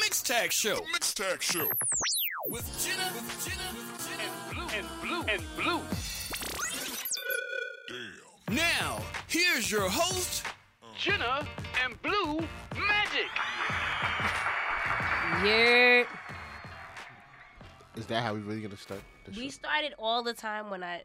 Mixtag Show Mixtag Show. with Jenna, with Jenna, with Jenna and Blue and Blue and Blue. Damn. Now, here's your host, Jenna and Blue Magic. Yeah. Is that how we really gonna start? This We show? started all the time when I.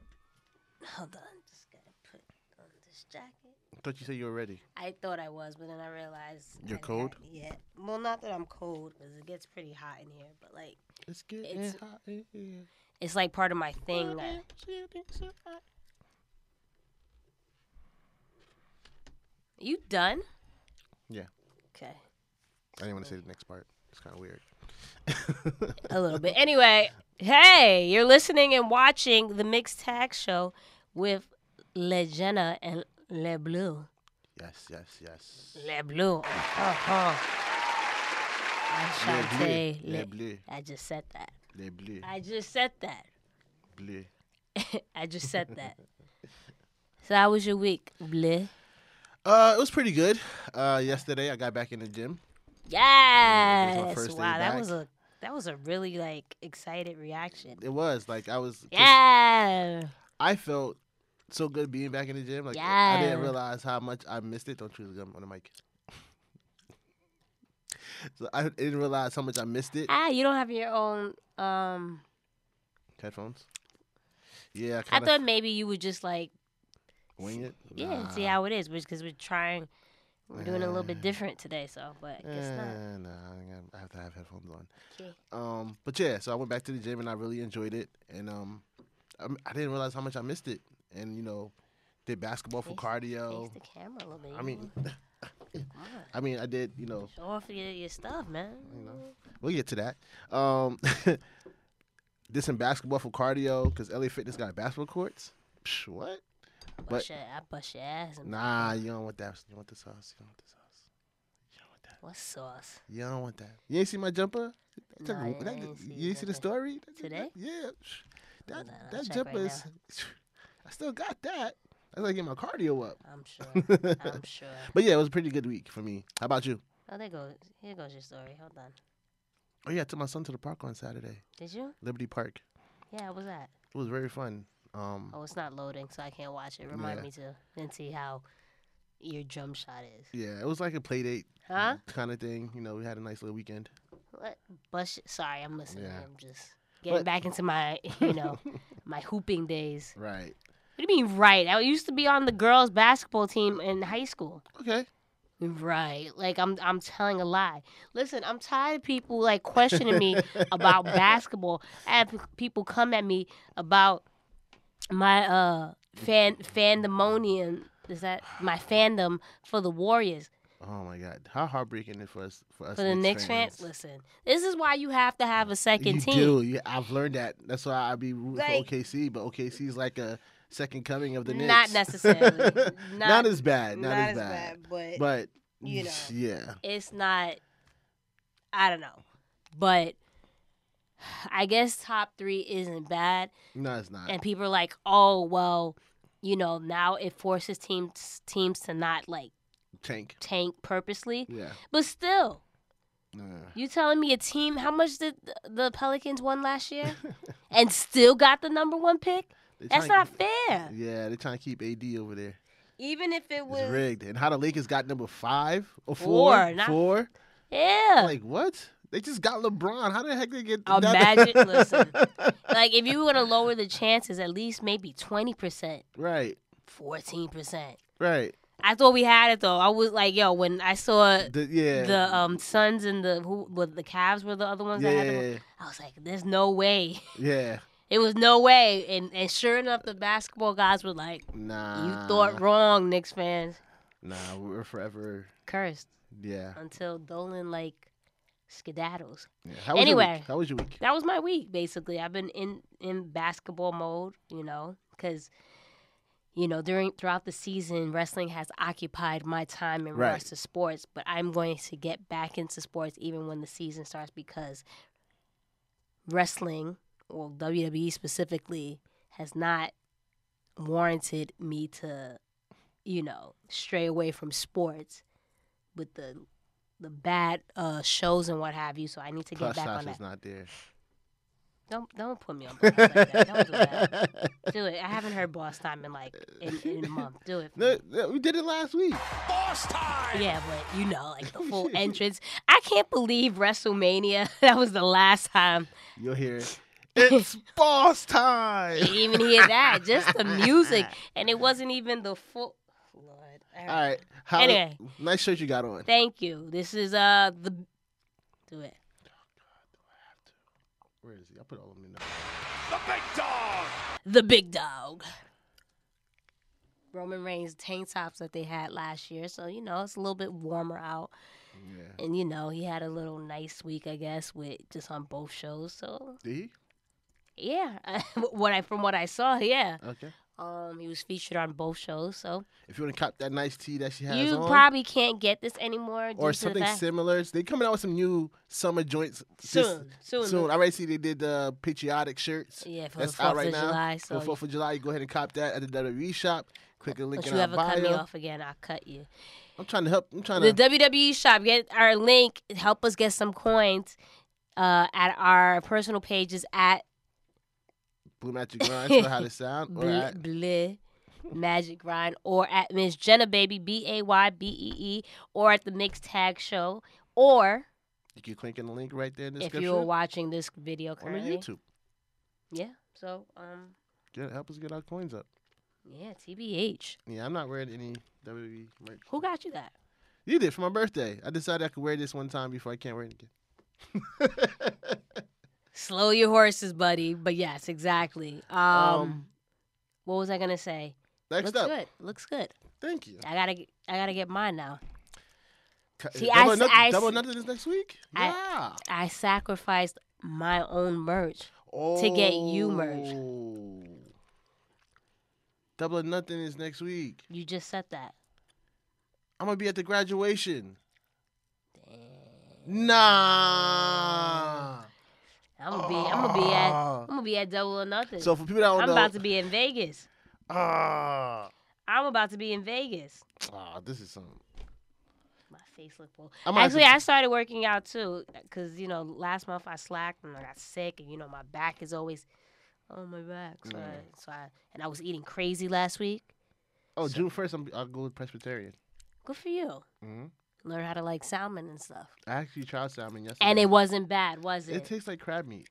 Hold on, just gotta put on this jacket. I thought you said you were ready. I thought I was, but then I realized. You're I'm cold? not yet. Well, not that I'm cold, because it gets pretty hot in here, but like, It's getting It's- hot in here. it's like part of my thing. like- It's getting so hot. you done? Yeah. Okay. I didn't want to say the next part. It's kind of weird. a little bit. Anyway, hey, you're listening and watching the Mixed Tag Show with Legenda and Le Bleu. Yes, yes, yes. Le Bleu. Uh-huh. Enchanté. Les Le- bleus, I just said that. les bleus, I just said that. bleus. I just said that. so how was your week, Bleu? Uh, it was pretty good. Uh, yesterday I got back in the gym. it was my Yes. first day Wow, that back. was a that was a really like excited reaction. It was like I was. 'cause Yeah. I felt so good being back in the gym. Like I Yeah. didn't realize how much I missed it. Don't choose gum on the mic. so I didn't realize how much I missed it. Ah, you don't have your own um Headphones. Yeah, I I kind thought of maybe you would just like wing it. Yeah, Nah. see how it is, which because we're trying, we're doing a little bit Uh, different today. So, but I guess not. Eh, nah, I think I- I have to have headphones on. Okay. Um, but yeah, so I went back to the gym and I really enjoyed it, and um, I, I didn't realize how much I missed it, and you know, did basketball for Face- cardio. Face the camera a little bit. I you mean, know? Come on. I mean, I did. You know, show off your, your stuff, man. You know. we'll get to that. Um, did some basketball for cardio because LA Fitness got basketball courts. Psh, what? Bust But- your, I bust your ass. And Nah, you don't want that. You don't want the sauce. You don't want the sauce. You don't want that. What sauce? You don't want that. You ain't see my jumper? That took Nah, w- I- I that- ain't see you ain't see the nothing. story? That- Today? that- yeah. Psh, That, on, I'll that check jumper right is. I still got that. I gotta get my cardio up. I'm sure. I'm sure. But yeah, it was a pretty good week for me. How about you? Oh, there goes. Here goes your story. Hold on. Oh yeah, I took my son to the park on Saturday, Did you? Liberty Park. Yeah, I was at. It was very fun. Um, Oh, it's not loading, so I can't watch it. Remind Yeah. me to and see how your jump shot is. yeah, it was like a play date Huh? kind of thing. You know, we had a nice little weekend. What? Bush. Sorry, I'm listening. Yeah. I'm just getting But- back into my, you know, my hooping days. Right. What do you mean, right? I used to be on the girls' basketball team in high school. Okay. Right. Like I'm I'm telling a lie. Listen, I'm tired of people like questioning me about basketball. I have people come at me about my uh fan fandemonium is that my fandom for the Warriors. Oh my God, how heartbreaking it for us for us For the Knicks fans. Listen, this is why you have to have a second You team. do. You, I've learned that. That's why I be rooting Like- for OKC, but OKC is like a second coming of the Knicks. Not necessarily. not, Not- as bad. Not, as, bad. but, But you know. yeah, it's not. I don't know, but I guess top three isn't bad, no, it's not. and people are like, "Oh well, you know, now it forces teams teams to not like Tank. tank purposely." Yeah. But still, Nah. you telling me a team? How much did th- the Pelicans won last year, and still got the number one pick? They That's tryna not keep- fair. Yeah, they're trying to keep AD over there. Even if it It's rigged. And how the Lakers got number five or Four, four? not- Four? yeah. Like what? They just got LeBron. How the heck they get? that- Imagine, Oh, listen, like if you were to lower the chances, at least maybe twenty percent, right, fourteen percent. right. I thought we had it though. I was like, yo, when I saw The, yeah. the um Suns and the who were the Cavs were the other ones that had it. yeah, I was like, there's no way. yeah. It was no way. And and sure enough, the basketball guys were like, you Nah. thought wrong, Knicks fans. Nah, we're forever. Cursed Yeah. until Dolan like skedaddles. yeah. How was your Anyway. week? how was your week? that was my week basically i've been in in basketball mode you know because you know during throughout the season wrestling has occupied my time in Right. regards to sports but i'm going to get back into sports even when the season starts because wrestling or wwe specifically has not warranted me to you know stray away from sports with the the bad uh, shows and what have you. So I need to get Plus, back on Sasha's that. not there. Don't don't put me on blast like that. Don't do that. Do it. I haven't heard Boss Time in like in, in a month. Do it. for No, me. no, we did it last week. Boss time. Yeah, but you know, like the full entrance. I can't believe WrestleMania. That was the last time You'll hear it. It's boss time. you even hear that. Just the music, and it wasn't even the full. Lord, all All right. right. Holly, Anyway. nice shirt you got on. Thank you. This is uh the. Do it. Where is he? I put all of them in there. The big dog. The big dog. Roman Reigns tank tops that they had last year, so you know it's a little bit warmer out, Yeah. and you know he had a little nice week, I guess, with just on both shows. So Did he? yeah, what I from what I saw, yeah. Okay. Um, he was featured on both shows, so If you want to cop that nice tee that she has you on, probably can't get this anymore. due or to the something fact- similar, they coming out with some new summer joints this- soon, soon, soon. I already see they did the patriotic shirts. Yeah, for That's the Fourth out right of now. July. For So Fourth of July, you go ahead and cop that at the WWE shop. Click a link if in you our ever cut me bio. off again, I'll cut you. I'm trying to help. I'm trying The to. WWE shop. Get our link. Help us get some coins. Uh, at our personal pages at Blue Magic Grind. Know how to sound. All Blue right. Magic Grind or at Miss Jenna Baby B A Y B E E or at the Mixed Tag Show or You can click in the link right there in the if you description. were watching this video on the currently. YouTube. Yeah. So um Get, help us get our coins up. yeah, TBH. Yeah, I'm not wearing any WWE merch. Who got you that? You did for my birthday. I decided I could wear this one time before I can't wear it again. Slow your horses, buddy. But yes, exactly. Um, Um, what was I gonna say? Next Looks up, good. Looks good. thank you. I gotta, get, I gotta get mine now. Ca- See, double I or s- nothing, I double or s- nothing is next week. I- yeah. I sacrificed my own merch. Oh. to get you merch. Double or nothing is next week. You just said that. I'm gonna be at the graduation. Nah. I'm gonna be, I'm gonna be at, Ah. I'm gonna be at double or nothing. So for people that don't I'm know, about to be in Vegas. ah, I'm about to be in Vegas. ah, this is something. My face look full. I might have Actually, to- I started working out too, cause you know last month I slacked and I got sick, and you know my back is always on my back. So, I, Mm. so I and I was eating crazy last week. Oh, June first, I'll go with Presbyterian. Good for you. hmm Learn how to like salmon and stuff. I actually tried salmon yesterday, And it wasn't bad, was it? it tastes like crab meat.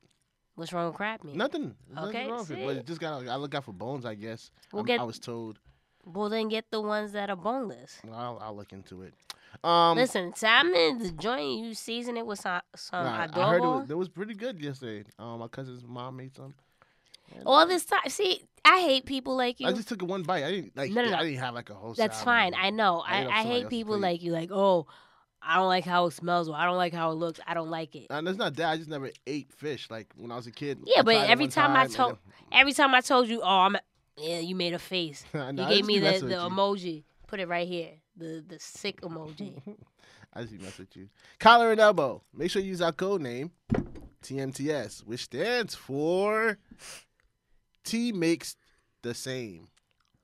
What's wrong with crab meat? Nothing. Nothing Okay, wrong with it. But see? it just got. I look out for bones, I guess. We'll I'm- get- I was told. Well, then get the ones that are boneless. I'll, I'll look into it. Um, Listen, salmon is a joint. You season it with some, some nah, uh, adobo. I heard it was, it was pretty good yesterday. Um, my cousin's mom made some. And All this time. See, I hate people like you. I just took one bite. I didn't like. No, no, I no. didn't have like a whole. That's salmon. fine. I know. I, I ate I off somebody hate else's people plate. like you. Like, oh, I don't like how it smells. Or I don't like how it looks. I don't like it. And it's not that. I just never ate fish like when I was a kid. Yeah, I but tried it every one time I and told- Every time I told you, oh, I'm. Yeah, you made a face. then- You Nah, I gave just me be the, messing the with you. emoji. Put it right here. The the sick emoji. I just be messing with you. Collar and elbow. Make sure you use our code name, TMTS, which stands for T makes the same.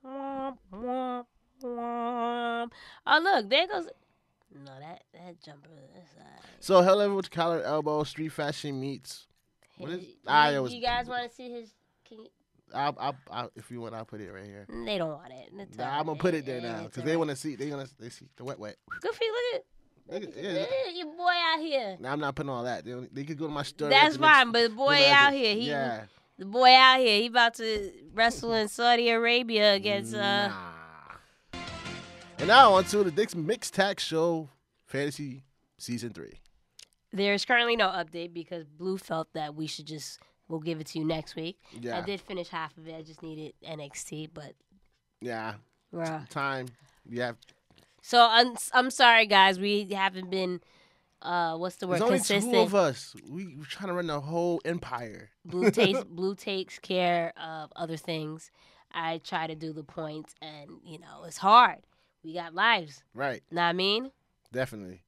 womp, womp, womp. Oh look, there goes. No, that that jumper. That's uh, not. So hello with collar and elbow, street fashion meets. What is? You, I was. you guys want to see his? Can you, I'll, I'll, I'll, if you want, I'll put it right here. they don't want it. It's Nah, all I'm gonna put it there now It's because all they right. want to see. They gonna they see the wet wet. Goofy, look Look at, at- yeah, look at your boy out here. Now I'm not putting all that. They, only- they could go to my story. at That's the next- fine, but the boy Blue out Magic. here, he yeah. the boy out here, he about to wrestle in Saudi Arabia against uh Nah. And now on to the Dick's Mixed Tax Show Fantasy Season 3. There's currently no update because Blue felt that we should just we'll give it to you next week. Yeah. I did finish half of it. I just needed NXT, but Yeah. Bruh. Time. Yeah. So I'm I'm sorry, guys. We haven't been uh what's the word There's only consistent. two of us. We, we're trying to run the whole empire. Blue takes Blue takes care of other things. I try to do the points, and you know it's hard. We got lives. Right. Know what I mean? Definitely.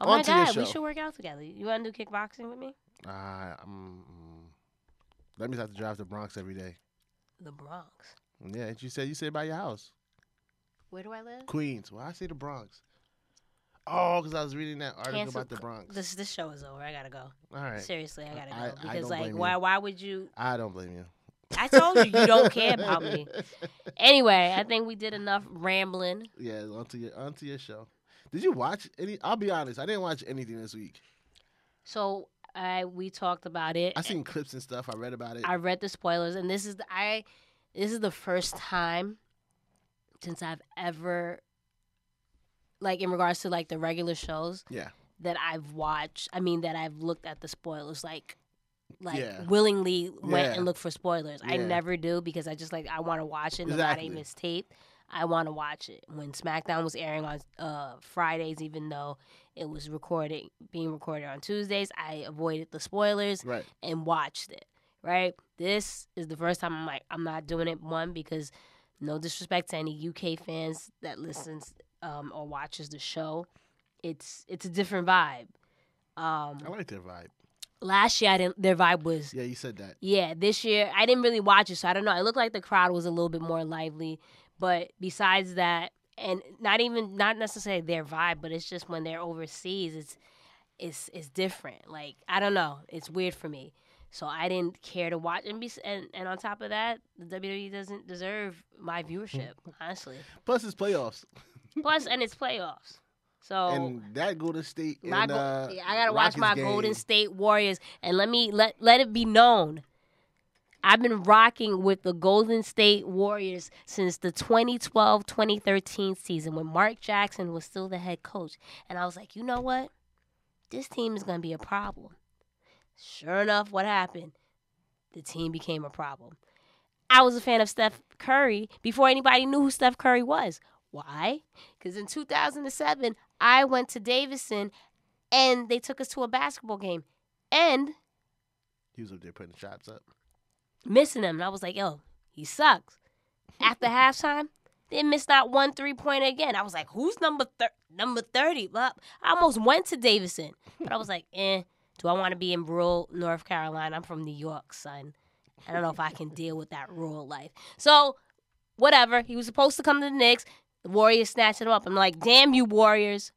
Oh Onto your my god, we show. should work out together. You want to do kickboxing with me? Uh, um, that means I have to drive to Bronx every day. The Bronx. Yeah. You said you said by your house. Where do I live? Queens. Well, I say the Bronx. Oh, because I was reading that article Cancel about the cu- Bronx. This this show is over. I gotta go. All right. Seriously, I gotta I- go I because don't like blame why you. why would you? I don't blame you. I told you you don't care about me. Anyway, I think we did enough rambling. Yeah, onto your onto your show. Did you watch any? I'll be honest, I didn't watch anything this week. So I we talked about it. I seen clips and stuff. I read about it. I read the spoilers, and this is the, I this is the first time since I've ever like in regards to like the regular shows yeah, that I've watched. I mean that I've looked at the spoilers like like Yeah. willingly went Yeah. and looked for spoilers. I Yeah. never do because I just like I want to watch it. No matter Exactly. they miss tape. I want to watch it. When SmackDown was airing on uh, Fridays, even though it was recording being recorded on Tuesdays, I avoided the spoilers right. and watched it. Right? This is the first time I'm like, I'm not doing it. One because no disrespect to any UK fans that listens um, or watches the show, it's it's a different vibe. Um, I like their vibe. last year, I didn't. Their vibe was Yeah, you said that. yeah. This year, I didn't really watch it, so I don't know. It looked like the crowd was a little bit more lively, but besides that, and not even not necessarily their vibe, but it's just when they're overseas, it's it's it's different. Like I don't know, it's weird for me. So I didn't care to watch, and be, and, and on top of that, the WWE doesn't deserve my viewership, honestly. Plus, it's playoffs, Plus, and it's playoffs, so and that Golden State. my and, go- uh, yeah, I gotta watch Rockets my game. Golden State Warriors, and let me let let it be known, I've been rocking with the Golden State Warriors since the 2012-2013 season when Mark Jackson was still the head coach, and I was like, you know what, this team is gonna be a problem. Sure enough, what happened? The team became a problem. I was a fan of Steph Curry before anybody knew who Steph Curry was. Why? Because in 2007, I went to Davison and they took us to a basketball game and He was up there putting the shots up. missing him. And I was like, yo, he sucks. After halftime, they missed not one three pointer again. I was like, who's number thir- number 30? Well, I almost went to Davison, but I was like, eh, do I want to be in rural North Carolina? I'm from New York, son. I don't know if I can deal with that rural life. So, whatever. He was supposed to come to the Knicks. The Warriors snatched him up. I'm like, damn you, Warriors.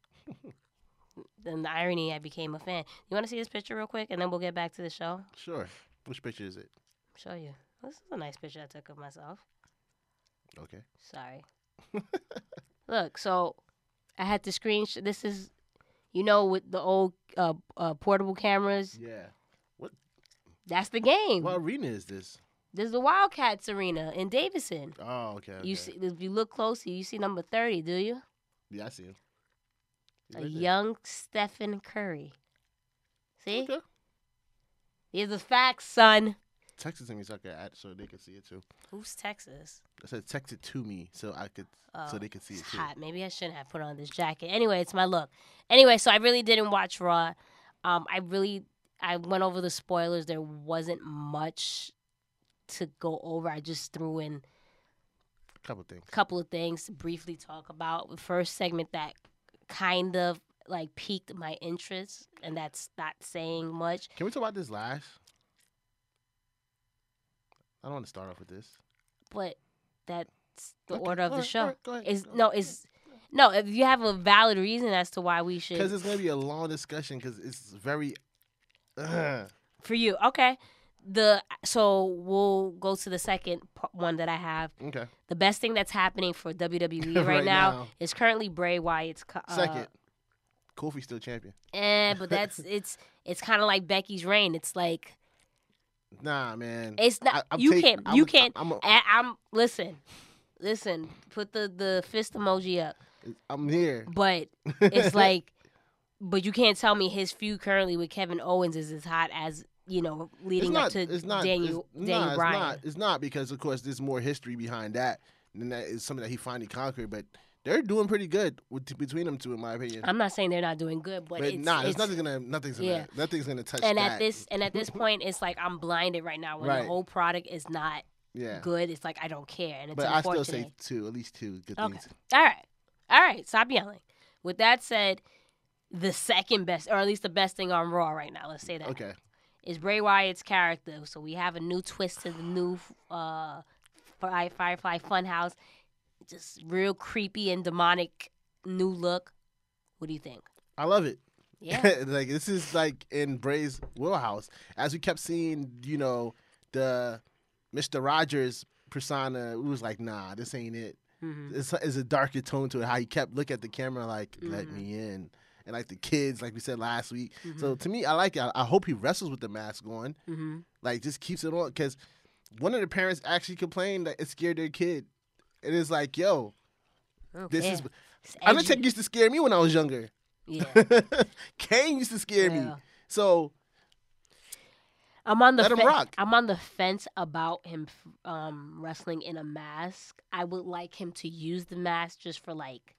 Then the irony, I became a fan. You want to see this picture real quick, and then we'll get back to the show? Sure. Which picture is it? show you. Oh, This is a nice picture I took of myself. Okay. Sorry. Look, so I had to screenshot. This is, you know, with the old uh, uh, portable cameras. Yeah. That's the game. What arena is this? There's the Wildcats arena in Davison. Oh, okay. okay. You see, if you look closely, you see number thirty. Do you? Yeah, I see him. He's A right there. young Stephen Curry. See, Okay. these are facts, son. Text it to me so I can add, so they can see it too. Who's Texas? I said text it to me so I could so they could see it Oh, it's too. hot. Maybe I shouldn't have put on this jacket. Anyway, it's my look. Anyway, so I really didn't watch Raw. Um, I really I went over the spoilers. There wasn't much to go over. I just threw in Couple things. a couple of things to briefly talk about. The first segment that kind of like piqued my interest, and that's not saying much. Can we talk about this last? I don't want to start off with this. But that's the Okay, order of the alright, show. alright, go ahead, Is go no ahead. is no. If you have a valid reason as to why we should Because it's gonna be a long discussion. Because it's very. Ugh. For you, okay. The so we'll go to the second p- one that I have. okay. The best thing that's happening for WWE right, Right now, now. is currently Bray Wyatt's co- uh, Second, Kofi's still champion. Eh, but that's it's it's kind of like Becky's reign. It's like Nah, man. it's not I'm you take- can't I'm you a- can't. I'm a- I, eh, I'm listen, listen. Put the the fist emoji up, I'm here. but it's like, but you can't tell me his feud currently with Kevin Owens is as hot as you know leading up to Daniel it's, Daniel nah, Bryan. It's not, it's not because of course there's more history behind that, and that is something that he finally conquered. But they're doing pretty good with, between them two, in my opinion. I'm not saying they're not doing good, Um, but, but it's, nah, it's it's nothing gonna nothing's gonna yeah. nothing's gonna touch and that. at this and at this point, it's like I'm blinded right now. When Right. the whole product is not yeah. good, it's like I don't care, and it's But I unfortunate. still say two, at least two good Okay. things. All right. All right. Stop yelling. With that said, the second best, or at least the best thing on Raw right now, let's say that, is Okay. Bray Wyatt's character. So we have a new twist to the new uh, Fire, Firefly Funhouse. Just real creepy and demonic new look. What do you think? I love it. Yeah. like this is like in Bray's wheelhouse. As we kept seeing, you know, the Mr. Rogers persona, it was like, nah, this ain't it. hmm It's, it's a darker tone to it. How he kept look at the camera like, let Mhm. me in, and like the kids, like we said last week. Mhm. So to me, I like it. I, I hope he wrestles with the mask on. hmm Like just keeps it on because one of the parents actually complained that it scared their kid. It is like, yo, this is. I didn't take used to scare me when I was younger. Yeah. Kane used to scare me. Yeah. So I'm on the Let him fe- rock. I'm on the fence about him f- um, wrestling in a mask. I would like him to use the mask just for like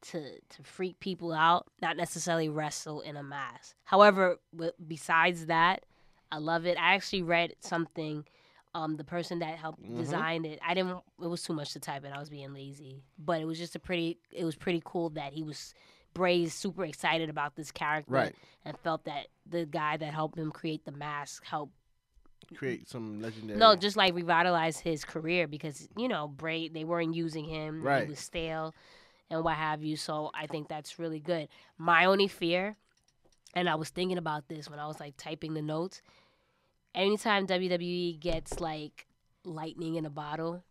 to to freak people out, not necessarily wrestle in a mask. However, w- besides that, I love it. I actually read something. Um, the person that helped Mhm. design it, I didn't. It was too much to type, and I was being lazy. But it was just a pretty. It was pretty cool that he was. Bray's super excited about this character right, and felt that the guy that helped him create the mask helped create some legendary. no just like revitalize his career because you know Bray they weren't using him Right. he was stale and what have you so I think that's really good my only fear and I was thinking about this when I was like typing the notes anytime WWE gets like lightning in a bottle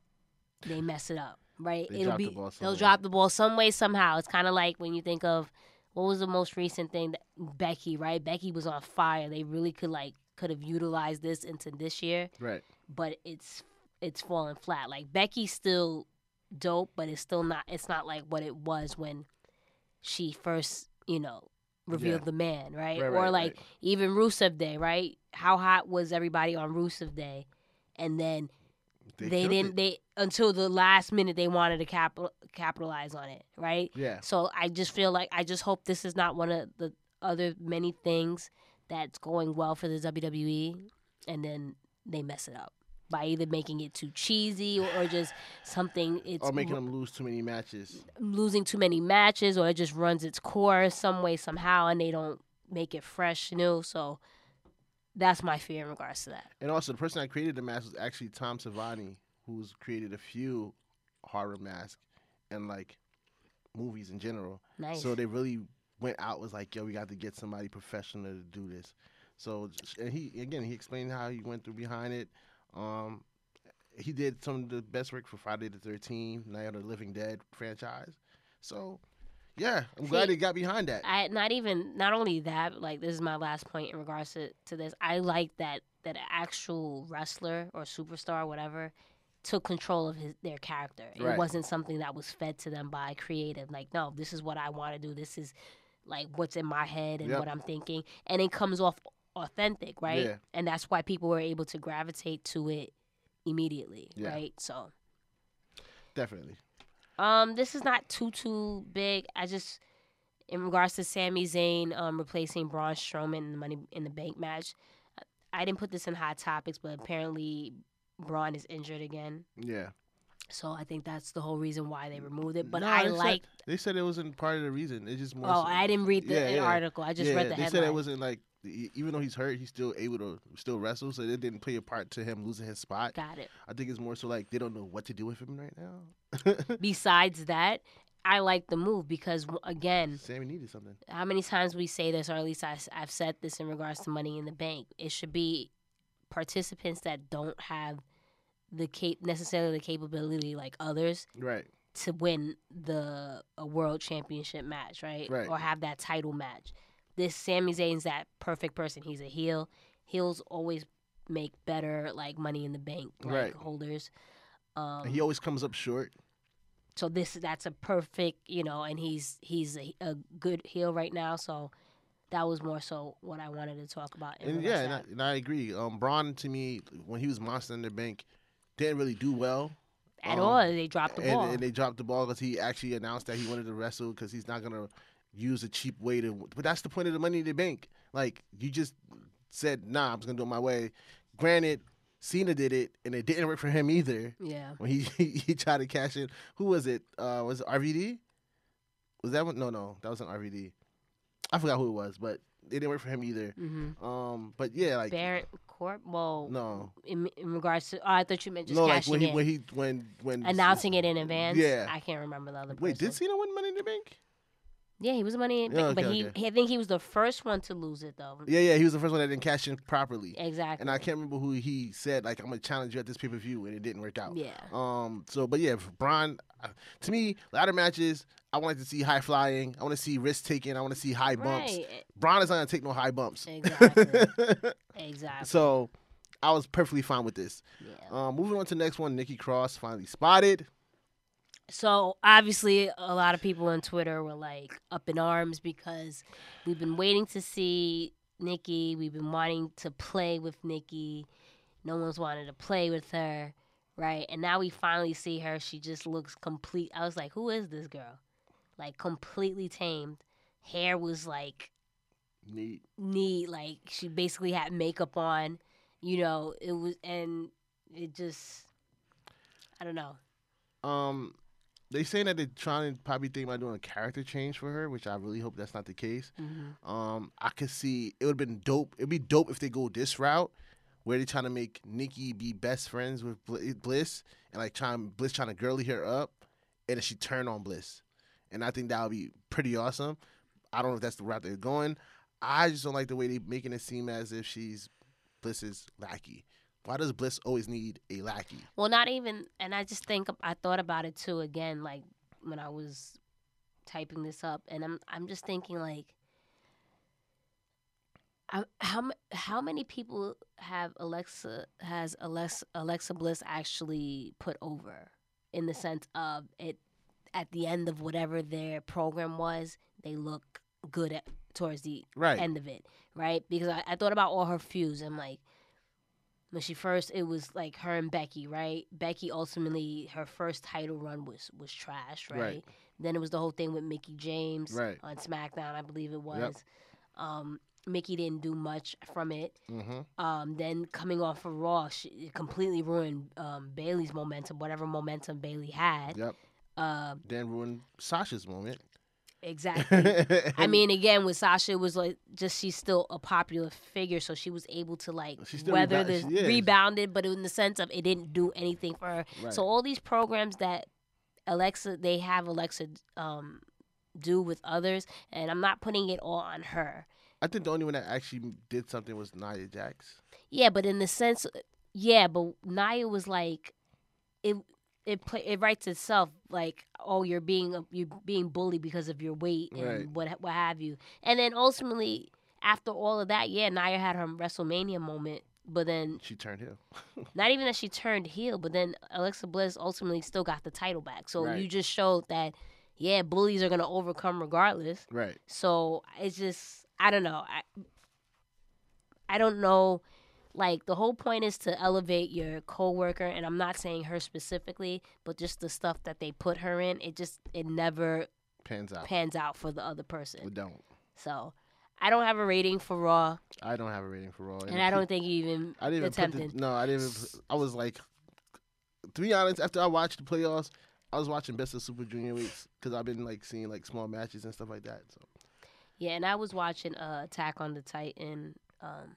they mess it up right They drop the ball they'll somewhere. drop the ball some way somehow it's kind of like when you think of what was the most recent thing that Becky, right? Becky was on fire. They really could like could have utilized this into this year, right, but it's it's falling flat. Like Becky's still dope, but it's still not it's not like what it was when she first, you know, revealed Yeah. the man, right? Right, or right, like even Rusev Day, right? How hot was everybody on Rusev Day? And then they, killed didn't it. they until the last minute they wanted to capital, capitalize on it, right? yeah, So I just feel like I just hope this is not one of the other many things that's going well for the WWE, and then they mess it up by either making it too cheesy or, or just something it's or making them lose too many matches. losing too many matches or it just runs its course some way somehow and they don't make it fresh new. So that's my fear in regards to that. And also, the person that created the mask was actually Tom Savini, who's created a few horror masks and like movies in general. Nice. So they really went out was like, yo, we got to get somebody professional to do this. So j- and he again he explained how he went through behind it. Um, he did some of the best work for Friday the Thirteenth, Night of the Living Dead franchise. So yeah, I'm glad See, he got behind that. I not even not only that, but, like this is my last point in regards to, to this. I like that that an actual wrestler or superstar, whatever, took control of his their character. Right. It wasn't something that was fed to them by creative. Like, no, this is what I want to do. This is like what's in my head and Yep. what I'm thinking, and it comes off authentic, right? Yeah. And that's why people were able to gravitate to it immediately, Yeah. right? So. Definitely. Um, this is not too too big. I just in regards to Sami Zayn um replacing Braun Strowman in the Money in the Bank match. I didn't put this in hot topics, but apparently Braun is injured again, Yeah. so I think that's the whole reason why they removed it. But No, I they said- like. They said it wasn't part of the reason. It's just more. Oh, so- I didn't read the Yeah, an yeah. article. I just yeah, read the they headline. said it wasn't like e- even though he's hurt, he's still able to still wrestle, so it didn't play a part to him losing his spot. Got it. I think it's more so like they don't know what to do with him right now. Besides that, I like the move because w- again, Sammy needed something. how many times we say this, or at least I, have said this in regards to Money in the Bank. It should be participants that don't have the cap- necessarily the capability like others Right. to win the a world championship match, right? Right. Or have that title match. This Sami Zayn's that perfect person. He's a heel. Heels always make better like Money in the Bank like, Right. holders. Um, And he always comes up short. so this that's a perfect you know and he's he's a, a good heel right now so that was more so what i wanted to talk about in And regards yeah, to and I, that. and I agree. Um, Braun to me, when he was Monster in the Bank, didn't really do well, at um, all they dropped the and, ball and they dropped the ball because he actually announced that he wanted to wrestle because he's not gonna use a cheap way to. But that's the point of the Money in the Bank. Like you just said, nah, I'm just gonna do it my way. Granted, Cena did it, and it didn't work for him either. yeah when he, he tried to cash in. Who was it? Uh, was it RVD? Was that one? No, no, that wasn't RVD. I forgot who it was, but it didn't work for him either. mm-hmm. Um, but yeah, like Baron Corp. Well, no, in, in regards to, oh, I thought you meant just no, like cashing when he in, when he when when announcing it in advance. Yeah. I can't remember the other. Wait, person. did Cena win Money in the Bank? Yeah, he was the money in Yeah, bank, but okay, he, okay. he- I think he was the first one to lose it though. Yeah, yeah, he was the first one that didn't cash in properly. Exactly. And I can't remember who he said like I'm gonna challenge you at this pay per view, and it didn't work out. yeah. Um. So, but yeah, for Braun. uh, To me, ladder matches. I want to see high flying. I want to see risk taking. I want to see high bumps. Right. Braun is not gonna take no high bumps. Exactly. exactly. so, I was perfectly fine with this. yeah. Um, moving on to the next one, Nikki Cross finally spotted. So obviously, a lot of people on Twitter were like up in arms because we've been waiting to see Nikki. We've been wanting to play with Nikki. No one's wanted to play with her, right? And now we finally see her. She just looks complete. I was like, who is this girl? Like completely tamed. Hair was like Neat. neat. Like she basically had makeup on. You know, it was, and it just, I don't know. Um, they saying that they're trying to probably think about doing a character change for her, which I really hope that's not the case. hmm Um, I could see it would have been dope. It'd be dope if they go this route, where they're trying to make Nikki be best friends with Bl- Bliss and like trying Bliss trying to girly her up, and then she turn on Bliss, and I think that would be pretty awesome. I don't know if that's the route they're going. I just don't like the way they making it seem as if she's Bliss's lackey. Why does Bliss always need a lackey? Well, not even, and I just think I thought about it too again, like when I was typing this up, and I'm I'm just thinking like, I, how m- how many people have Alexa has Alexa Alexa Bliss actually put over in the sense of it at the end of whatever their program was, they look good at towards the Right. end of it, right? Because I, I thought about all her feuds. I'm like, when she first, it was like her and Becky, right? Becky ultimately, her first title run was was trash, right? Right. Then it was the whole thing with Mickey James Right. on SmackDown, I believe it was. Um, Mickey didn't do much from it. mm-hmm. Um, then coming off of Raw, she it completely ruined um, Bailey's momentum, whatever momentum Bailey had. Yep. Uh, Then ruined Sasha's moment. exactly. I mean, again, with Sasha, it was like just she's still a popular figure, so she was able to like She still whether rebound- this she- yeah. rebounded, but in the sense of it didn't do anything for her. Right. So all these programs that Alexa, they have Alexa um, do with others, and I'm not putting it all on her. I think the only one that actually did something was Nia Jax. Yeah, but in the sense, yeah, but Nia was like, it it play, it writes itself like, oh, you're being a- you're being bullied because of your weight and Right. what what have you, and then ultimately after all of that, yeah, Nia had her WrestleMania moment, but then She turned heel. not even that she turned heel, but then Alexa Bliss ultimately still got the title back. So Right. you just showed that, yeah, bullies are gonna overcome regardless. Right. So it's just I don't know. I I don't know. Like the whole point is to elevate your coworker, and I'm not saying her specifically, but just the stuff that they put her in. It just it never Pans out. pans out for the other We person. don't. So I don't have a rating for Raw, I don't have a rating for Raw. and I don't think you even I didn't even put the- attempted. no, I didn't. even put- I was like, to be honest, after I watched the playoffs, I was watching Best of Super Junior weeks because I've been like seeing like small matches and stuff like that. So Yeah, and I was watching uh, Attack on the Titan. Um,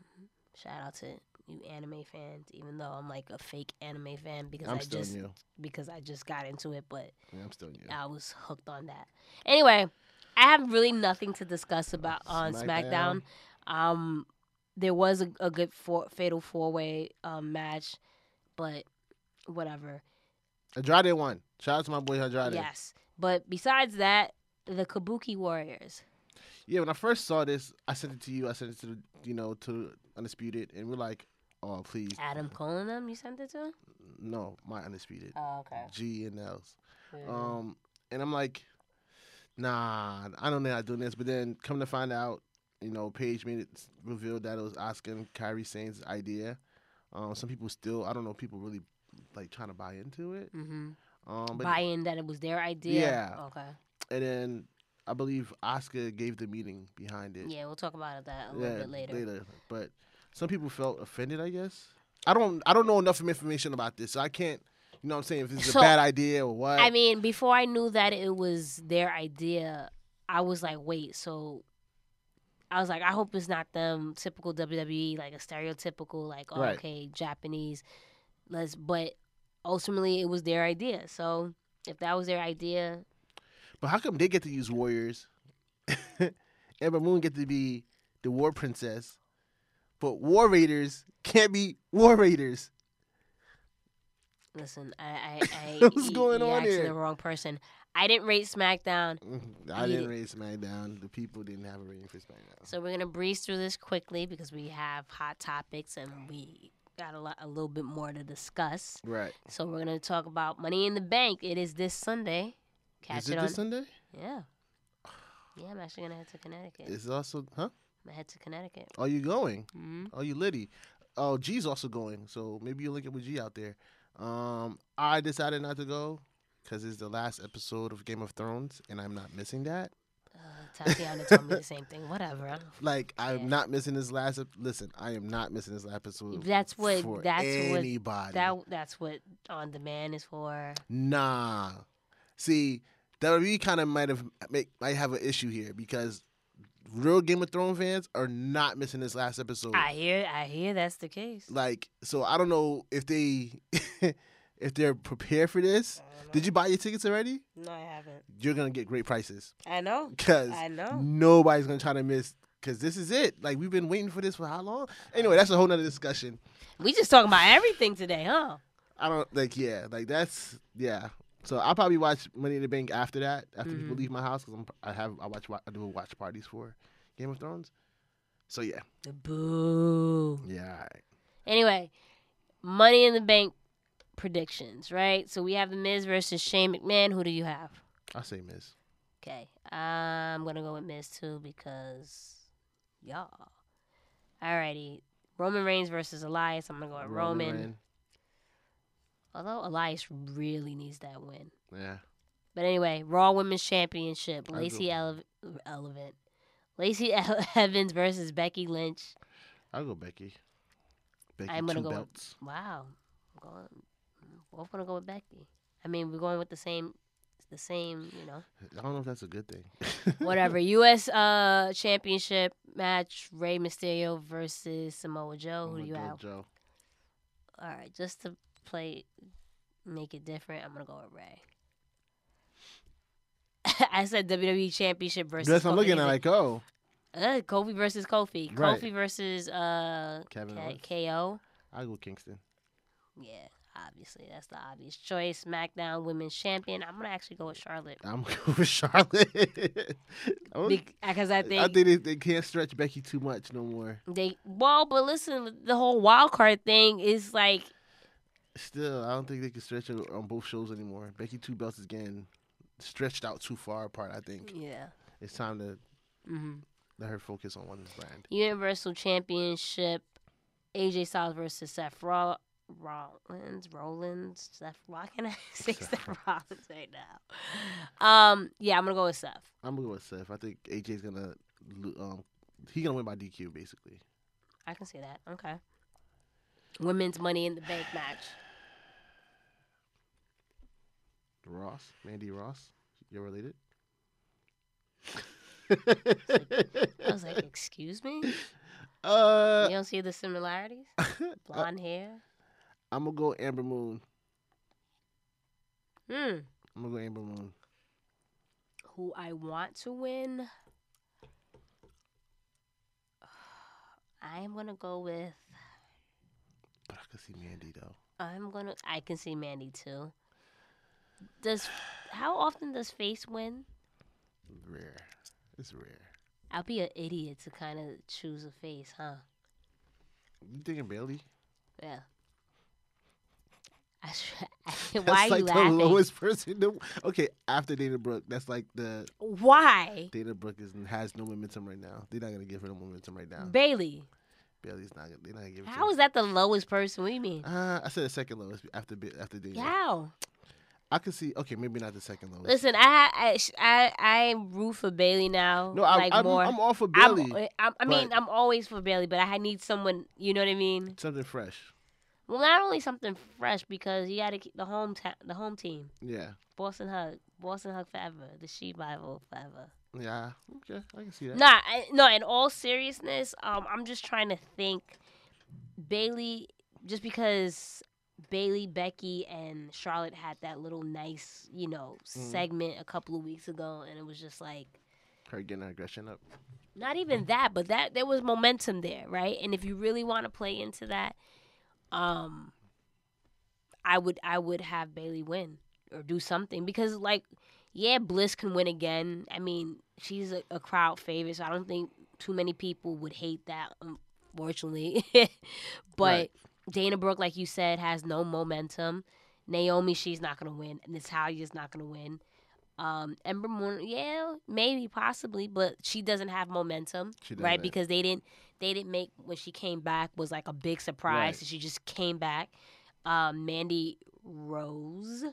shout out to you anime fans, even though I'm like a fake anime fan because i I'm still just new. because I just got into it, but Yeah, I'm still new. I was hooked on that. Anyway, I have really nothing to discuss about on SmackDown. SmackDown. Um, there was a, a good four, fatal four way um, match, but whatever. Andrade won. Shout out to my boy Andrade. Yes, but besides that, the Kabuki Warriors. Yeah, when I first saw this, I sent it to you. I sent it to the, you know to Undisputed, and we're like, oh please, Adam Cole and them. You sent it to him. no, my Undisputed, Oh, okay. G and L's. Mm-hmm. Um, and I'm like, nah, I don't know how doing this. But then come to find out, you know, Paige made it revealed that it was Oscar and Kyrie Sane's idea. Um, some people still, I don't know, people really like trying to buy into it. hmm Um, but Buy in that it was their idea. Yeah. Okay. and then I believe Oscar gave the meaning behind it. Yeah, we'll talk about that a little bit later. But some people felt offended, I guess. I don't, I don't know enough information about this, so I can't. You know what I'm saying? If this is So, a bad idea or what? I mean, before I knew that it was their idea, I was like, wait, so I was like, I hope it's not them typical WWE, like a stereotypical, like, oh, Right. okay, Japanese. Let's, but ultimately, it was their idea. So if that was their idea, but how come they get to use warriors Amber Moon get to be the war princess, but war raiders can't be war raiders. Listen, I, I, I What's you- going you on asking here? the wrong person. I didn't rate SmackDown, Mm-hmm. I Eat didn't it. rate SmackDown. The people didn't have a rating for SmackDown. so we're gonna breeze through this quickly because we have hot topics and we got a lot, a little bit more to discuss. right. So we're gonna talk about Money in the Bank. It is this Sunday. Catch Is it on. this Sunday? yeah. Yeah, I'm actually gonna head to Connecticut. It's also huh? I'm gonna head to Connecticut. Are you going? hmm Oh, you Liddy. Oh, G's also going, so maybe you link up with G out there. Um, I decided not to go because it's the last episode of Game of Thrones, and I'm not missing that. Uh, Tatiana told me the same thing. Whatever. I don't- Like, I'm Yeah. not missing this last. Ep- Listen, I am not missing this last episode. That's what- For that's what- anybody. That that's what on demand is for. Nah. See, WWE kind of might have make might have an issue here because real Game of Thrones fans are not missing this last episode. I hear I hear that's the case. like, so I don't know if they if they're prepared for this. Did you buy your tickets already? No, I haven't. You're gonna get great prices I know. because I know. nobody's gonna try to miss. Because this is it. Like we've been waiting for this for how long? Anyway, that's a whole nother discussion. We just talking about everything today, huh? I don't like. Yeah, like that's yeah. So I'll probably watch Money in the Bank after that. After people Mhm. leave my house, because I have I watch wa- I do watch parties for Game of Thrones. So yeah, The boo. yeah. all right. Anyway, Money in the Bank predictions, right? So we have The Miz versus Shane McMahon. Who do you have? I'll say Miz. Okay, I'm gonna go with Miz too because y'all. Alrighty, Roman Reigns versus Elias. I'm gonna go with Roman. Although Elias really needs that win. Reign- Yeah. But anyway, Raw Women's Championship. I Lacey go- Ele- Elevant. Lacey Ele- Evans versus Becky Lynch. I'll go Becky. Becky I'm gonna two go with- belts. Wow. I'm going we're both gonna go with Becky. I mean we're going with the same the same, you know. I don't know if that's a good thing. Whatever. US uh championship match, Rey Mysterio versus Samoa Joe. I'm Who do gonna you go have? Oh Joe. Alright, just to play make it different, I'm gonna go with Ray. I said WWE Championship versus. That's what I'm Kofi. looking They at. said- Like, oh, Uh, Kofi versus Kofi. Right. Kofi versus uh Kevin K- Owens. KO. I'll go Kingston. Yeah, obviously that's the obvious choice. SmackDown Women's Champion. I'm gonna actually go with Charlotte I'm gonna go with Charlotte. I'm- because I think, I think they, they can't stretch Becky too much no more. they. Well, but listen, the whole wild card thing is like Still, I don't think they can stretch it on both shows anymore. Becky two belts is getting stretched out too far apart. I think yeah. it's time to hmm let her focus on one brand. Universal Championship. AJ Styles versus Seth Roll- Rollins. Rollins. Seth. Why can I say Seth Seth Rollins right now? Um. Yeah, I'm gonna go with Seth. I'm gonna go with Seth. I think AJ's gonna lo- um he gonna win by DQ basically. I can see that. Okay. Women's Money in the Bank match. Ross, Mandy Ross, you're related. I was like, excuse me? You uh, don't see the similarities? Blonde hair? I'm gonna go Amber Moon. Hmm. I'm gonna go Amber Moon. Who I want to win? I'm gonna go with. But I could see Mandy though. I'm gonna. I can see Mandy too. Does how often does face win? Rare. It's rare. I'll be an idiot to kind of choose a face, huh? You thinking Bailey? Yeah. I sh- Why that's are like you the laughing? lowest person. in the- okay, after Dana Brooke, that's like the Why? Dana Brooke is, has no momentum right now. They're not gonna give her no momentum right now. Bailey. Bailey's not. gonna- They're not gonna give. it to How her. is that the lowest person we mean? Uh, I said the second lowest after Ba- after Dana. How? I could see. Okay, maybe not the second lowest. Listen, I I sh- I I root for Bailey now. no, I, like I'm, more. I'm all for I'm- eh. Bailey. I'm, I mean, but- I'm always for Bailey, but I need someone. You know what I mean? Something fresh. Well, not only something fresh because you got to keep the home ta- the home team. Yeah. Boston hug, Boston hug forever. The She Bible forever. Yeah. Okay, I can see that. Nah, I, no. In all seriousness, um, I'm just trying to think. Bailey, just because Bailey, Becky, and Charlotte had that little nice, you know, Mhm. segment a couple of weeks ago, and it was just like her getting her aggression up. Not even that, but that there was momentum there, right? And if you really want to play into that, um, I would I would have Bailey win or do something because like, yeah, Bliss can win again. I mean, she's a, a crowd favorite, so I don't think too many people would hate that. Unfortunately, but Right. Dana Brooke, like you said, has no momentum. Naomi, she's not gonna win. Natalia's not gonna win. Um, Ember Moon, yeah, maybe, possibly, but she doesn't have momentum, She right? doesn't. Because they didn't, they didn't make when she came back was like a big surprise. Right. and She just came back. Um, Mandy Rose,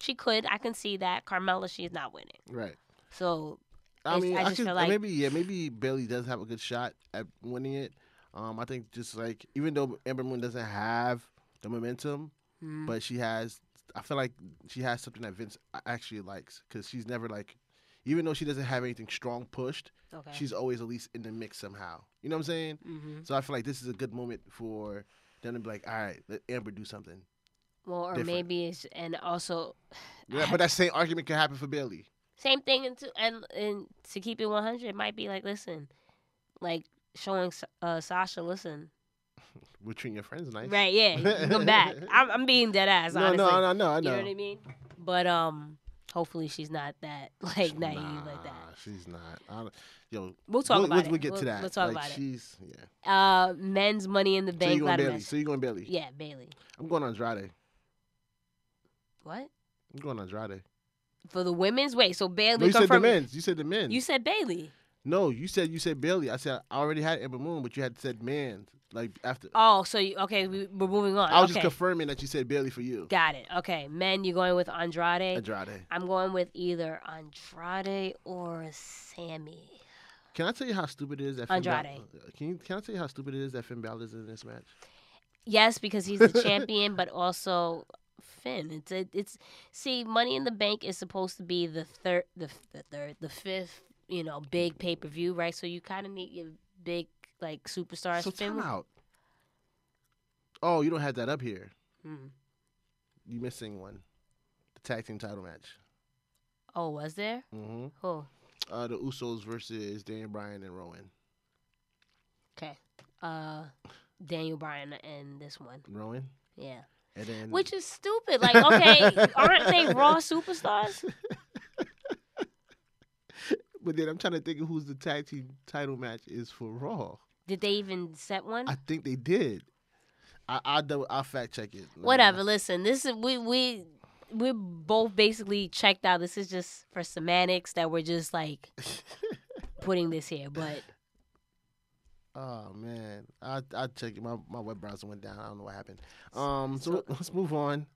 she could, I can see that. Carmella, she's not winning, Right. so I It's- mean, I I just could- uh, feel like- maybe yeah, maybe Bailey does have a good shot at winning it. Um, I think just like even though Ember Moon doesn't have the momentum, mm, but she has. I feel like she has something that Vince a- actually likes because she's never like, even though she doesn't have anything strong pushed, okay, she's always at least in the mix somehow. You know what I'm saying? hmm So I feel like this is a good moment for them to be like, all right, let Amber do something. Uh, well, or different. maybe it's and also Yeah, but that same argument could happen for Bailey. same thing and to, and, and to keep it 100 it might be like listen like showing Sa- uh, sasha listen We're treating your friends nice. right yeah you come back I'm, I'm being dead ass No, honestly no, no, no, I you know know. what i mean but um hopefully she's not that like naive like that Nah, She's not. I don't, yo, we'll talk we'll, about we'll, it we'll get to that. we'll talk like, about it she's, it. Yeah. uh men's money in the so bank you going ladder Bailey? match. So you going Bailey? yeah bailey I'm going Andrade. what I'm going Andrade. for the women's wait so bailey No, you come said the from men's. You said the men's. you said bailey no, you said you said Bailey. I said I already had Amber Moon, but you had said man. Like after, oh so you okay we, we're moving on I was okay just confirming that you said Bailey for you. got it okay men you're going with andrade Andrade. I'm going with either Andrade or Sammy. Can I tell you how stupid it is that Finn Bal- uh, Andrade. Can you can I tell you how stupid it is that Finn Balor is in this match? Yes, because he's the champion, but also Finn. It's a, it's see, Money in the Bank is supposed to be the third, the, f- the third, the fifth, you know, big pay per view, right? So you kind of need your big like superstars. so Finn time was- out. Oh, you don't have that up here. Mm. You missing one. The tag team title match. Oh, was there? hmm Oh, Uh, the Usos versus Daniel Bryan and Rowan. okay. Uh, Daniel Bryan and this one, Rowan. yeah, And then which is stupid. Like, okay, aren't they Raw superstars? But then I'm trying to think of who's the tag team title match is for Raw. Did they even set one? I think they did. I I double, I'll fact check it. whatever. Listen, this is we we we're both basically checked out. This is just for semantics that we're just like putting this here. But Oh man, I I checked it. My my web browser went down. I don't know what happened. Um, so let's move on.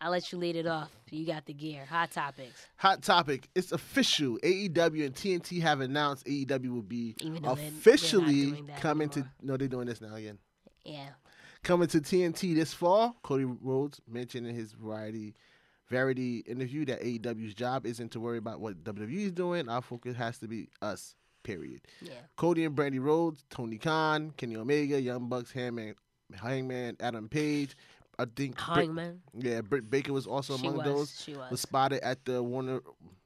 I'll let you lead it off. You got the gear. Hot topics. Hot topic. It's official. AEW and TNT have announced AEW will be Even though they're- they're not officially doing that coming to. anymore. No, they're doing this now again. Yeah. Coming to TNT this fall. Cody Rhodes mentioned in his variety Verity interview that AEW's job isn't to worry about what WWE is doing. Our focus has to be us. Period. Yeah. Cody and Brandy Rhodes, Tony Khan, Kenny Omega, Young Bucks, Hangman, Hangman, Adam Page. I think Br- Hangman. yeah, Britt Baker was also She among was. those She was. was spotted at the Warner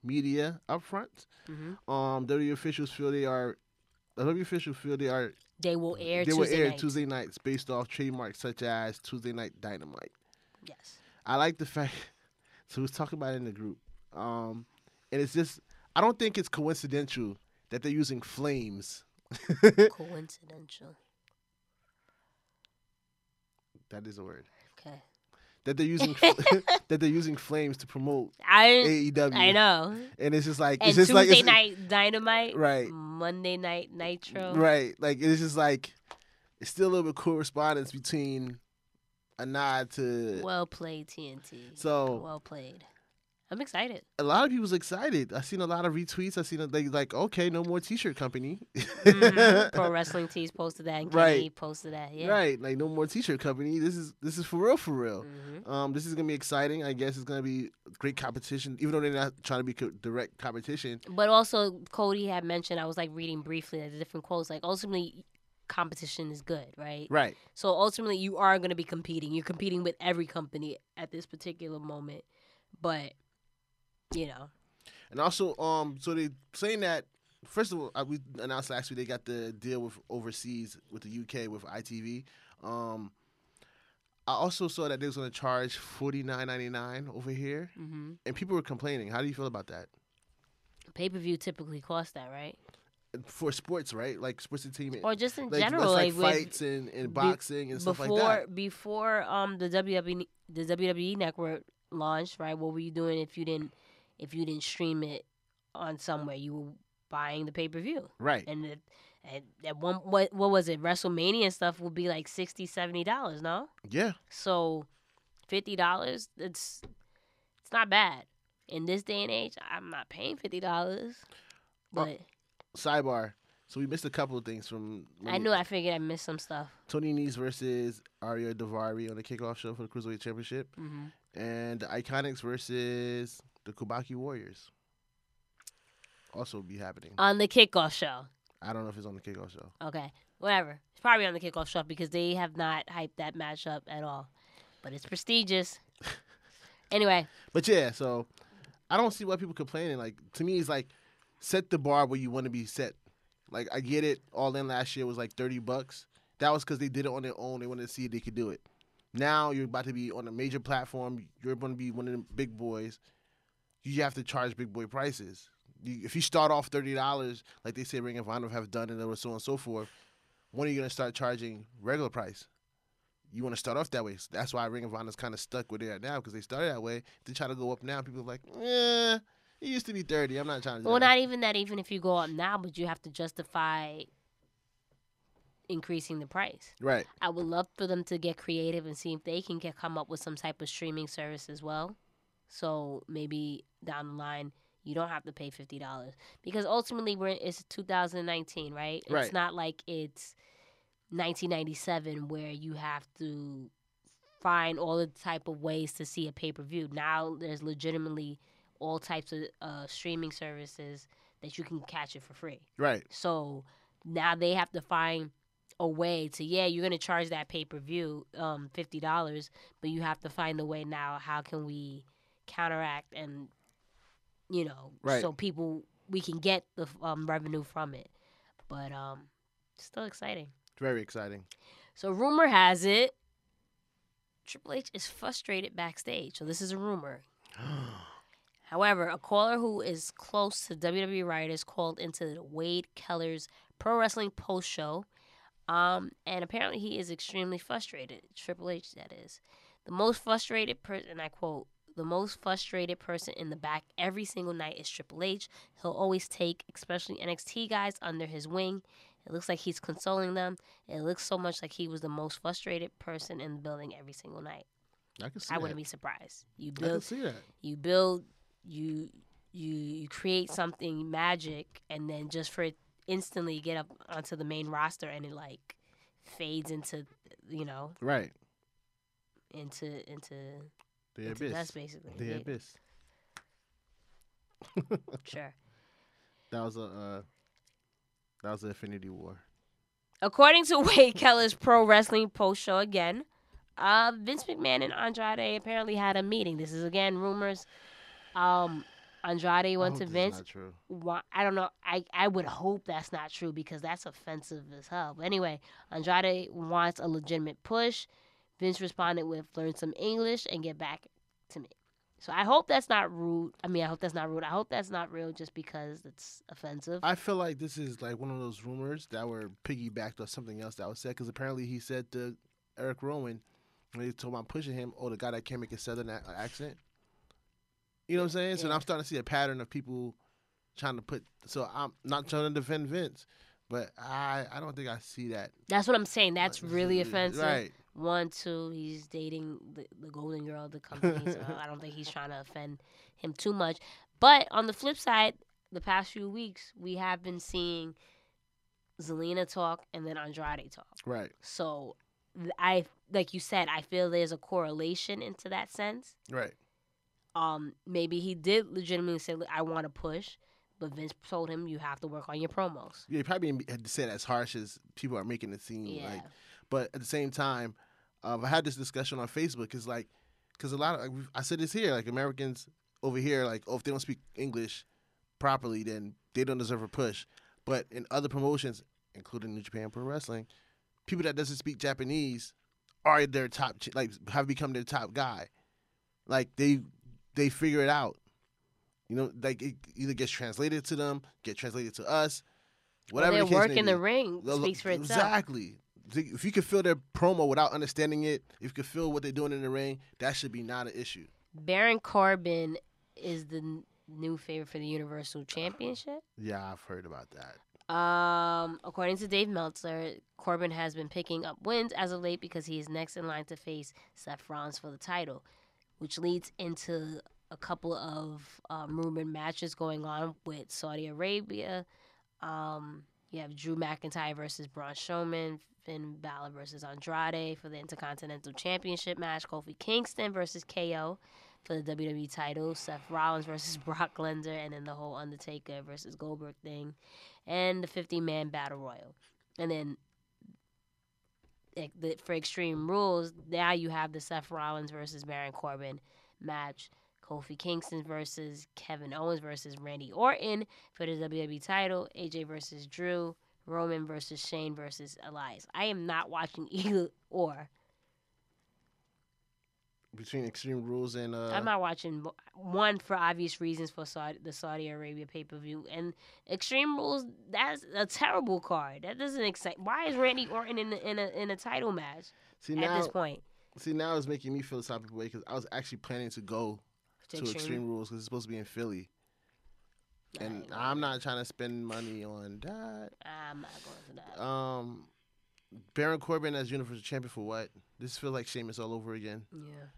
Media up front. hmm Um, WWE officials feel they are. WWE officials feel they are. They will air. they Tuesday were aired night. Tuesday nights based off trademarks such as Tuesday Night Dynamite. Yes. I like the fact. So we was talking about it in the group, um, and it's just I don't think it's coincidental that they're using flames. Coincidental. That is a word. Okay. That they're using that they're using flames to promote Mm, I AEW. I know. and it's just like And it's just Tuesday like it's, night dynamite. right. Monday night nitro. Right. Like it's just like it's still a little bit correspondence between a nod to Well played TNT. so well played. I'm excited. a lot of people's excited. I've seen a lot of retweets. I've seen a, they like, okay, no more t shirt company. Mhm. Pro Wrestling Tees posted that, and Kenny Right. posted that. Yeah. Right. Like no more t shirt company. This is this is for real for real. Mhm. Um, this is gonna be exciting. I guess it's gonna be great competition, even though they're not trying to be co- direct competition. But also, Cody had mentioned I was like reading briefly like, the different quotes. Like ultimately, competition is good, right? Right. So ultimately, you are going to be competing. You're competing with every company at this particular moment, but you know, And also, um, so they saying that first of all, uh, we announced last week they got the deal with overseas with the UK with ITV. Um, I also saw that they was going to charge forty nine ninety nine over here, hmm and people were complaining. How do you feel about that Pay per view typically costs that, right? for sports? Right, like sports entertainment, Or just in like, that's general, like, like, with- fights and, and boxing and stuff before like that. before um the WWE the WWE network launched, right? What were you doing if you didn't if you didn't stream it on somewhere? You were buying the pay per view, Right, and it, at, at one what what was it? WrestleMania and stuff would be like 60 dollars, no? yeah, So fifty dollars, it's it's not bad in this day and age. I'm not paying fifty dollars, Well, but sidebar. So we missed a couple of things from. I knew I figured I missed some stuff. Tony Nese versus Aria Davari on the kickoff show for the Cruiserweight Championship, hmm and the Iconics versus the Kubaki Warriors. Also be happening. On the kickoff show, I don't know if it's on the kickoff show. Okay, whatever. It's probably on the kickoff show because they have not hyped that matchup at all. But it's prestigious. anyway, But yeah, so I don't see why people complaining. Like to me, it's like set the bar where you want to be set. Like I get it. All in last year was like thirty bucks. That was because they did it on their own. They wanted to see if they could do it. Now you're about to be on a major platform. You're going to be one of the big boys. You have to charge big boy prices. You, if you start off thirty dollars, like they say Ring of Honor have done, and so on and so forth, when are you going to start charging regular price? you want to start off that way. So that's why Ring of Honor's kind of stuck where they are now because they started that way. They try to go up now. People are like, eh, it used to be 30. I'm not trying to do well, that. not even that. Even if you go up now, but you have to justify increasing the price. Right. I would love for them to get creative and see if they can get, come up with some type of streaming service as well. So maybe down the line, you don't have to pay fifty dollars because ultimately we're it's 2019, right? Right. It's not like it's 1997 where you have to find all the type of ways to see a pay per view. Now there's legitimately all types of uh, streaming services that you can catch it for free. Right. So now they have to find a way to yeah, you're gonna charge that pay per view um fifty dollars, but you have to find a way now. How can we counteract and you know Right. so people we can get the um, revenue from it, but um still exciting. It's very exciting. So rumor has it. Triple H is frustrated backstage. So this is a rumor. However, a caller who is close to WWE writers called into Wade Keller's Pro Wrestling Post Show, um, and apparently he is extremely frustrated. Triple H, that is. The most frustrated person, and I quote, the most frustrated person in the back every single night is Triple H. He'll always take, especially NXT guys, under his wing. It looks like he's consoling them. It looks so much like he was the most frustrated person in the building every single night. I can see I that. wouldn't be surprised. You I can build see that. you build you you you create something magic and then just for it instantly get up onto the main roster and it like fades into you know Right. into into, The into abyss. dust basically The Yeah, abyss. sure That was a. Uh, that was the Infinity War. according to Wade Keller's pro wrestling post show again uh Vince McMahon and Andrade apparently had a meeting this is again rumors um Andrade I went hope to Oh, this is Vince not true. why, I don't know. I, I would hope that's not true because that's offensive as hell. But anyway, Andrade wants a legitimate push. Vince responded with learn some English and get back to me. So I hope that's not rude. I mean, I hope that's not rude. I hope that's not real just because it's offensive. I feel like this is like one of those rumors that were piggybacked or something else that was said because apparently he said to Eric Rowan when he told him I'm pushing him, oh, the guy that can't make a southern a- accent. You know what I'm saying? So now Yeah. I'm starting to see a pattern of people trying to put. So I'm not trying to defend Vince, but I I don't think I see that. that's what I'm saying. That's really offensive. mm, Right. One, two, he's dating the, the golden girl of the company, so I don't think he's trying to offend him too much. But on the flip side, the past few weeks, we have been seeing Zelina talk and then Andrade talk. Right. So th- I, like you said, I feel there's a correlation into that sense. Right. Um, maybe he did legitimately say, "Look, I want to push," but Vince told him, "You have to work on your promos." Yeah, he probably didn't had to say it as harsh as people are making it seem. Yeah. Like, but at the same time, um, I had this discussion on Facebook. Cause like, cause a lot of like, we've- I said this here, like Americans over here, like, oh, if they don't speak English, properly, then they don't deserve a push. But in other promotions, including New Japan Pro Wrestling, people that doesn't speak Japanese are their top, ch- like have become their top guy. Like they they figure it out. You know, like it either gets translated to them, get translated to us, Well, whatever. their the case work may in the be. ring Lo- lo- speaks for itself. Exactly. Th- If you can feel their promo without understanding it, if you can feel what they're doing in the ring, that should be not an issue. Baron Corbin is the n- new favorite for the Universal Championship. Yeah, I've heard about that. Um, according to Dave Meltzer, Corbin has been picking up wins as of late because he is next in line to face Seth Rollins for the title, which leads into a couple of um, rumored matches going on with Saudi Arabia. Um, you have Drew McIntyre versus Braun Strowman, Finn Balor versus Andrade for the Intercontinental Championship match, Kofi Kingston versus KO for the WWE title, Seth Rollins versus Brock Lesnar, and then the whole Undertaker versus Goldberg thing and the 50 man battle royal. And then like, the, for Extreme Rules, now you have the Seth Rollins versus Baron Corbin match, Kofi Kingston versus Kevin Owens versus Randy Orton for the WWE title, AJ versus Drew, Roman versus Shane versus Elias. I am not watching either or. Between Extreme Rules and uh, I'm not watching mo- one for obvious reasons for Saudi, the Saudi Arabia pay per view and Extreme Rules. That's a terrible card. That doesn't excite. Why is Randy Orton in a, in a in a title match see at now, this point? see now it's making me feel some type of way because I was actually planning to go To to Extreme, Rules because it's supposed to be in Philly, and Alright, I'm not trying to spend money on that. I'm not going to that. Um, Baron Corbin as Universal Champion for what? This feels like Sheamus all over again. yeah.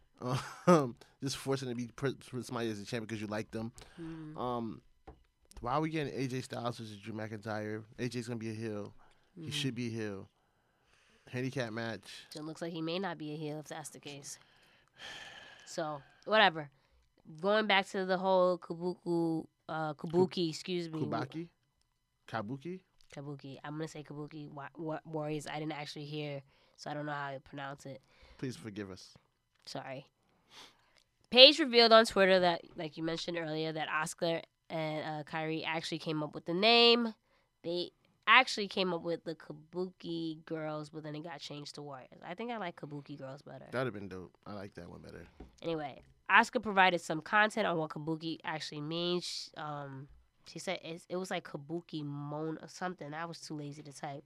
Um, just forcing to be pr- pr- somebody as a champion because you like them. Mm. Um, why are we getting AJ Styles versus Drew McIntyre? AJ's gonna be a heel. He Mhm. should be a heel. Handicap match. So it looks like he may not be a heel if that's the case. So whatever. Going back to the whole Kabuki, uh, Kabuki, excuse me, Kubaki, Kabuki. Kabuki. I'm gonna say Kabuki wa- wa- Warriors. I didn't actually hear, so I don't know how to pronounce it. Please forgive us. Sorry. Paige revealed on Twitter that, like you mentioned earlier, that Oscar and uh, Kyrie actually came up with the name. They actually came up with the Kabuki Girls, but then it got changed to Warriors. I think I like Kabuki Girls better. That'd have been dope. I like that one better. Anyway, Oscar provided some content on what kabuki actually means. Sh- Um, she said it's, it was like kabuki moan or something. I was too lazy to type.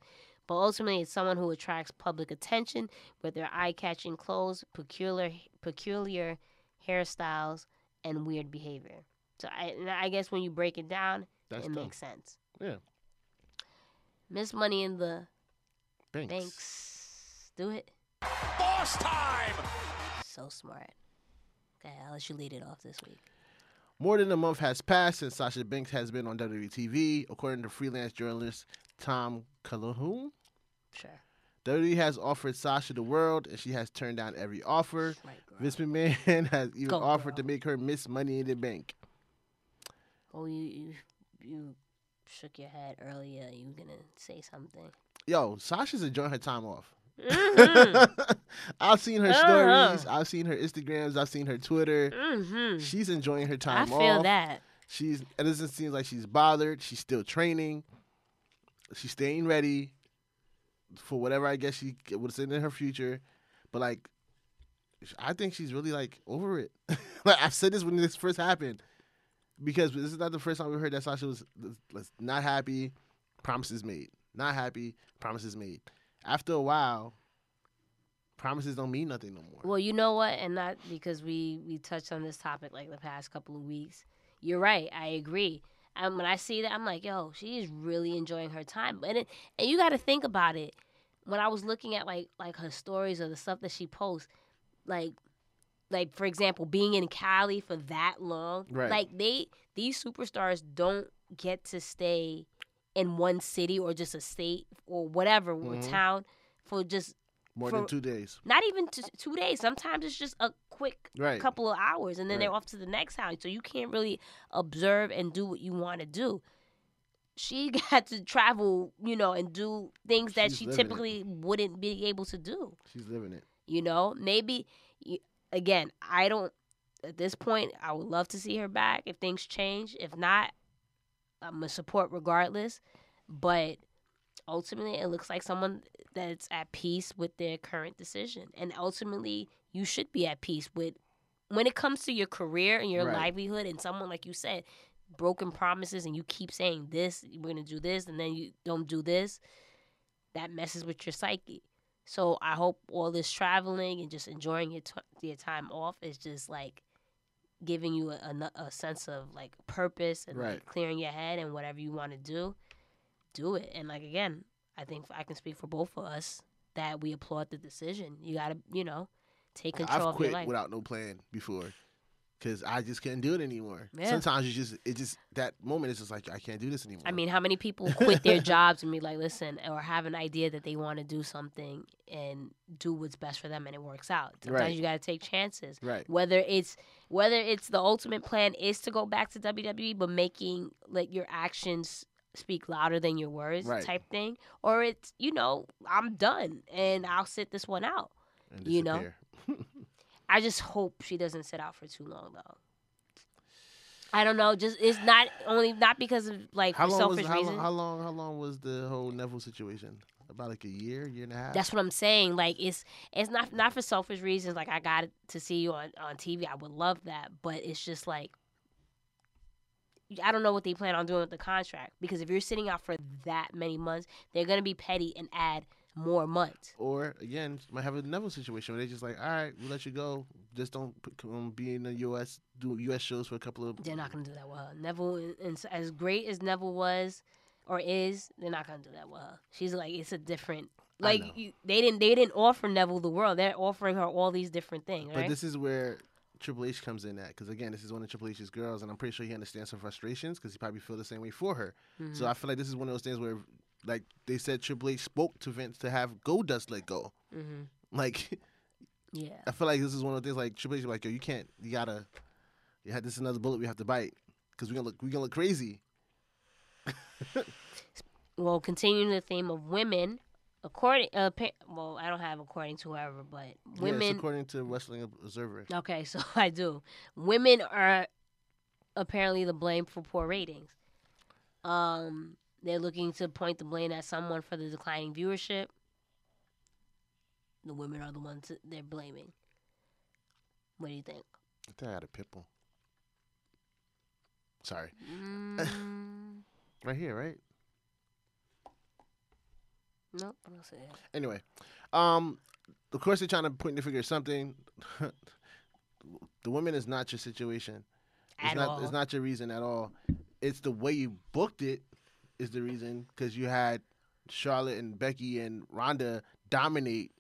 But ultimately, it's someone who attracts public attention with their eye-catching clothes, peculiar peculiar hairstyles, and weird behavior. So I, and I guess when you break it down, That's it dope. makes sense. Yeah. Miss Money in the Thanks. Banks. Do it. Boss time! So smart. Okay, I'll let you lead it off this week. More than a month has passed since Sasha Banks has been on WWE TV, according to freelance journalist Tom Calhoun. Sure. WWE has offered Sasha the world, and she has turned down every offer. Right, girl. Vince McMahon has even Go, offered girl. to make her miss Money in the Bank. Oh, you you you shook your head earlier. You were gonna say something. Yo, Sasha's enjoying her time off. Mm-hmm. I've seen her Uh-huh. stories. I've seen her Instagrams. I've seen her Twitter. mm-hmm. She's enjoying her time I feel off. that. She's it doesn't seem like she's bothered. She's still training. She's staying ready for whatever I guess she what's in her future. But like, I think she's really like over it. like I've said this when this first happened, because this is not the first time we heard that Sasha was was not happy. Promises made. Not happy. Promises made. After a while, promises don't mean nothing no more. Well, you know what, and not because we we touched on this topic like the past couple of weeks. You're right. I agree. And when I see that, I'm like, yo, she is really enjoying her time. And it, and you got to think about it. When I was looking at like like her stories or the stuff that she posts, like like for example, being in Cali for that long, Right. like they these superstars don't get to stay in one city or just a state or whatever or Mhm. town for just More for- than two days. not even t- two days. Sometimes it's just a quick Right. couple of hours and then they're Right. off to the next house. So you can't really observe and do what you want to do. She got to travel, you know, and do things that She's she living it. typically wouldn't be able to do. She's living it. You know, maybe y- again, I don't at this point, I would love to see her back if things change. If not, I'm gonna support regardless. But ultimately, it looks like someone that's at peace with their current decision, and ultimately, you should be at peace with when it comes to your career and your Right. livelihood. And someone like you said, broken promises, and you keep saying this, we're gonna do this, and then you don't do this. That messes with your psyche. So I hope all this traveling and just enjoying your t- your time off is just like giving you a, a nu- a sense of like purpose and like Right. clearing your head and whatever you want to do, do it. And like again, I think I can speak for both of us that we applaud the decision. You gotta, you know, take control of I've your quit life. without no plan before, because I just couldn't do it anymore. Yeah. Sometimes you just it just that moment is just like I can't do this anymore. I mean, how many people quit their jobs and be like, listen, or have an idea that they want to do something and do what's best for them and it works out. Sometimes Right. you gotta take chances. right? whether it's whether it's the ultimate plan is to go back to WWE, but making like your actions speak louder than your words Right. type thing, or it's you know I'm done and I'll sit this one out. And you know. disappear. I just hope she doesn't sit out for too long though. I don't know. Just it's not only not because of like how for long was selfish how, reasons. long- how long how long was the whole Neville situation? About like a year, year and a half. That's what I'm saying. Like it's it's not not for selfish reasons. Like I got to see you on on TV. I would love that, but it's just like I don't know what they plan on doing with the contract because if you're sitting out for that many months, they're gonna be petty and add more months. or again, might have a Neville situation where they just like, all right, we'll let you go. Just don't p- come be in the U.S. do U.S. shows for a couple of. They're not gonna do that with her. Neville, and- and as great as Neville was or is, they're not gonna do that with her. She's like it's a different. I Like know. you, they didn't they didn't offer Neville the world. They're offering her all these different things. But Right? this is where Triple H comes in at, because again, this is one of Triple H's girls, and I'm pretty sure he understands her frustrations, because he probably feel the same way for her. Mhm. So I feel like this is one of those things where, like they said, Triple H spoke to Vince to have Goldust let go. Mhm. Like Yeah. I feel like this is one of the things like Triple H, like yo, you can't, you gotta, you had this is another bullet we have to bite, because we gonna look, we gonna look crazy. well, continuing the theme of women, according, uh, pa- well, I don't have according to whoever, but Yeah, it's women. according to Wrestling Observer. okay, so I do. Women are apparently the blame for poor ratings. Um, they're looking to point the blame at someone for the declining viewership. The women are the ones that they're blaming. What do you think? I think I had a pipple. Sorry, Mm, right here, right? nope, I don't see it. Anyway, um, of course they're trying to point the figure at something. the women is not your situation. It's At not. all. It's not your reason at all. It's the way you booked it is the reason because you had Charlotte and Becky and Ronda dominate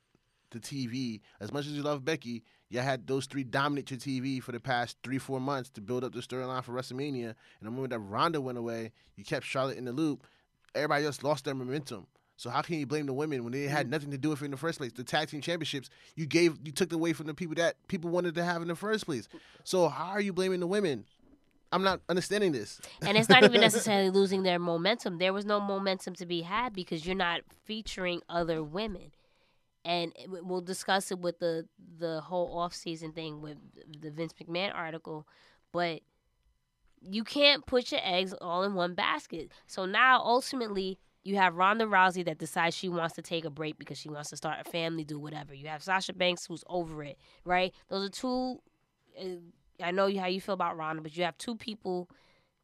the TV. As much as you love Becky, you had those three dominate your TV for the past three, four months to build up the storyline for WrestMania. And the moment that Ronda went away, you kept Charlotte in the loop. Everybody else lost their momentum. So how can you blame the women when they Mm. had nothing to do with it in the first place? The tag team championships you gave you took away from the people that people wanted to have in the first place. So how are you blaming the women? I'm not understanding this. and it's not even necessarily losing their momentum. There was no momentum to be had because you're not featuring other women. And it- we'll discuss it with the the whole off season thing with the Vince McMahon article, but you can't put your eggs all in one basket. So now ultimately you have Ronda Rousey that decides she wants to take a break because she wants to start a family, do whatever. You have Sasha Banks who's over it, right? Those are two. uh, I know you- how you feel about Ronda, but you have two people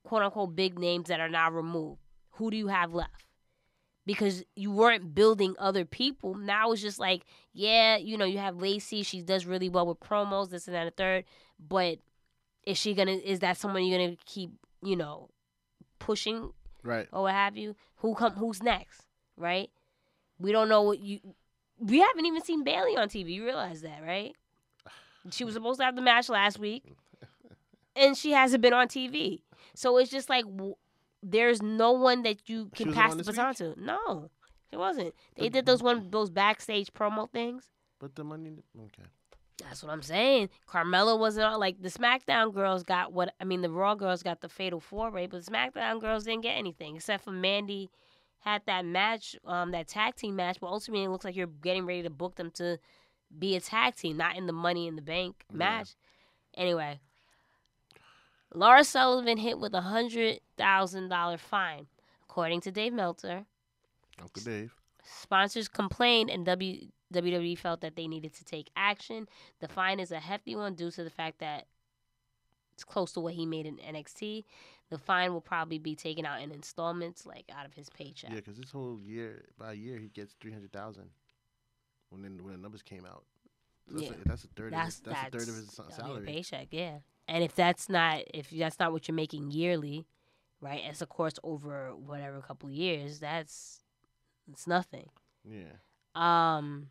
quote unquote big names that are now removed. Who do you have left? Because you weren't building other people. Now it's just like, yeah, you know, you have Lacey. She does really well with promos, this and that, and the third. But is she gonna? Is that someone you're gonna keep, you know, pushing Right. or what have you? Who come? Who's next? Right? We don't know what you. We haven't even seen Bailey on TV. You realize that, right? She was supposed to have the match last week, and she hasn't been on TV. So it's just like w- there's no one that you She can was pass on the this baton to. No, it wasn't. They But- did those one those backstage promo things. But the money okay. That's what I'm saying. Carmella wasn't on. Like the SmackDown girls got what I mean. The Raw girls got the Fatal Four Way, but the SmackDown girls didn't get anything except for Mandy had that match, um, that tag team match. But ultimately, it looks like you're getting ready to book them to be a tag team, not in the Money in the Bank Yeah. match. Anyway, Laura Sullivan hit with a hundred thousand dollar fine, according to Dave Meltzer. Uncle Dave. Sponsors complained, and w- WWE felt that they needed to take action. The fine is a hefty one due to the fact that it's close to what he made in NXT. The fine will probably be taken out in installments, like out of his paycheck. Yeah, because this whole year by year he gets three hundred thousand. When the, when the numbers came out, So that's, Yeah. a, that's a third. That's of his, that's, a third of his that's- sa- of your salary. paycheck, yeah. And if that's not if that's not what you're making yearly, right? As a course over whatever couple years, that's it's nothing. Yeah, Um,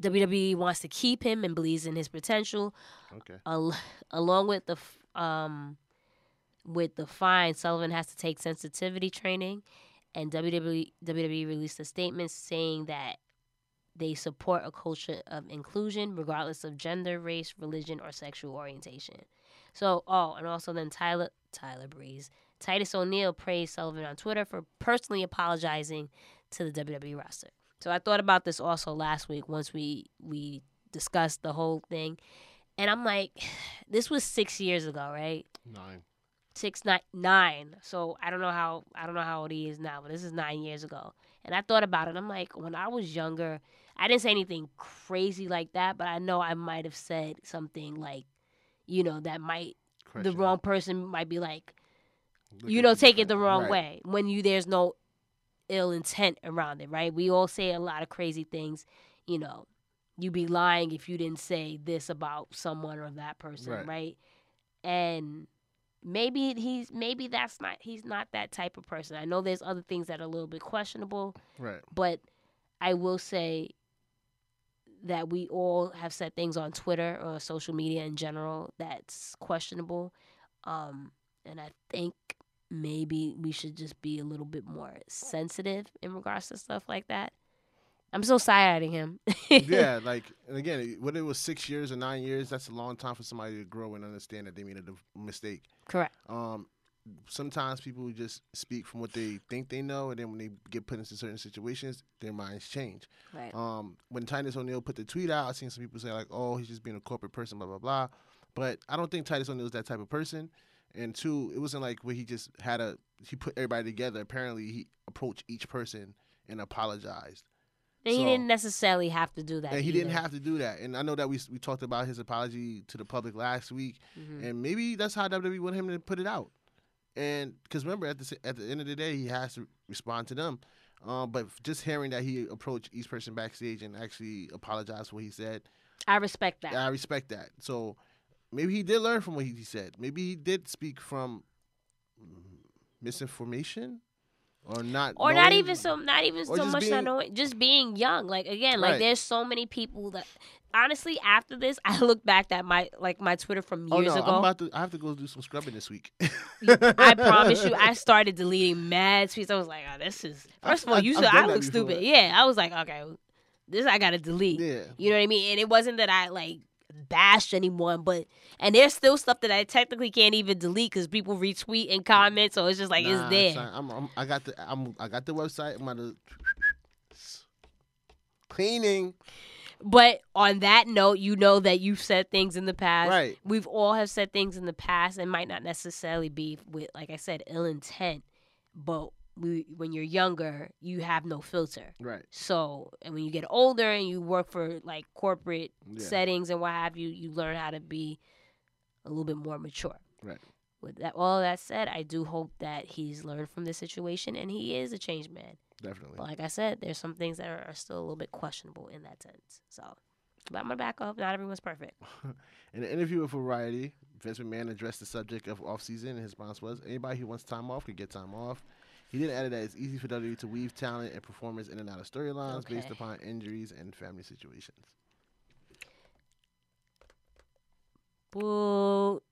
WWE wants to keep him and believes in his potential. okay. Al- along with the f- um, with the fine, Sullivan has to take sensitivity training, and E, WWE WWE released a statement saying that they support a culture of inclusion, regardless of gender, race, religion, or sexual orientation. So, oh, and also then Tyler Tyler Breeze, Titus O'Neil praised Sullivan on Twitter for personally apologizing to the WWE roster. So I thought about this also last week once we we discussed the whole thing, and I'm like, this was six years ago, right? Nine. Six nine nine. So I don't know how I don't know how old he is now, but this is nine years ago. And I thought about it. I'm like, when I was younger, I didn't say anything crazy like that, but I know I might have said something like, you know, that might the Question. wrong person might be like, Look you at know, you take it different. the wrong Right. way when you there's no ill intent around it, right? We all say a lot of crazy things, you know. You'd be lying if you didn't say this about someone or that person, Right. right? And maybe he's maybe that's not he's not that type of person. I know there's other things that are a little bit questionable, Right. but I will say that we all have said things on Twitter or social media in general that's questionable. Um, and I think maybe we should just be a little bit more sensitive in regards to stuff like that. I'm still side-eyeing him. yeah, like, and again, it- whether it was six years or nine years, that's a long time for somebody to grow and understand that they made a div- mistake. Correct. Um, sometimes people just speak from what they think they know, and then when they get put into certain situations, their minds change. Right. Um, when Titus O'Neil put the tweet out, I seen some people say like, "Oh, he's just being a corporate person," blah blah blah. But I don't think Titus O'Neil's that type of person. And two, it wasn't like where he just had a he put everybody together. Apparently, he approached each person and apologized. And he so- didn't necessarily have to do that. And he didn't either. have to do that. And I know that we s- we talked about his apology to the public last week, Mhm. and maybe that's how WWE wanted him to put it out. And because remember, at the s- at the end of the day, he has to respond to them. Um, but just hearing that he approached each person backstage and actually apologized for what he said, I respect that. I respect that. So maybe he did learn from what he he said. Maybe he did speak from mm, misinformation or not, or not knowing- even so not even so or just much being- not knowing just being young like again Right. like there's so many people that honestly after this i look back at my like my twitter from Oh years no! I'm ago about to. I have to go do some scrubbing this week. i promise you i started deleting mad tweets i was like oh this is I- first of all I- you I've said done i that look before. stupid yeah i was like okay this i gotta delete yeah. you know what i mean and it wasn't that i like bashed anyone but and there's still stuff that i technically can't even delete because people retweet and comment so it's just like Nah, it's there son, I'm, I'm, I got the. I'm. I got the website. I'm about to cleaning. But on that note, you know that you've said things in the past. Right. We've all have said things in the past and might not necessarily be with, like I said, ill intent. But we, when you're younger, you have no filter. Right. So, and when you get older and you work for like corporate Yeah. settings and what have you, you learn how to be a little bit more mature. Right. With that, all that said, I do hope that he's learned from this situation and he is a changed man. Definitely. But like I said, there's some things that are, are still a little bit questionable in that sense. So, but I'm gonna back off. Not everyone's perfect. In an interview with Variety, Vince McMahon addressed the subject of offseason, and his response was, "Anybody who wants time off can get time off." He then added that it's easy for WWE to weave talent and performers in and out of storylines based Okay. upon injuries and family situations. Boo,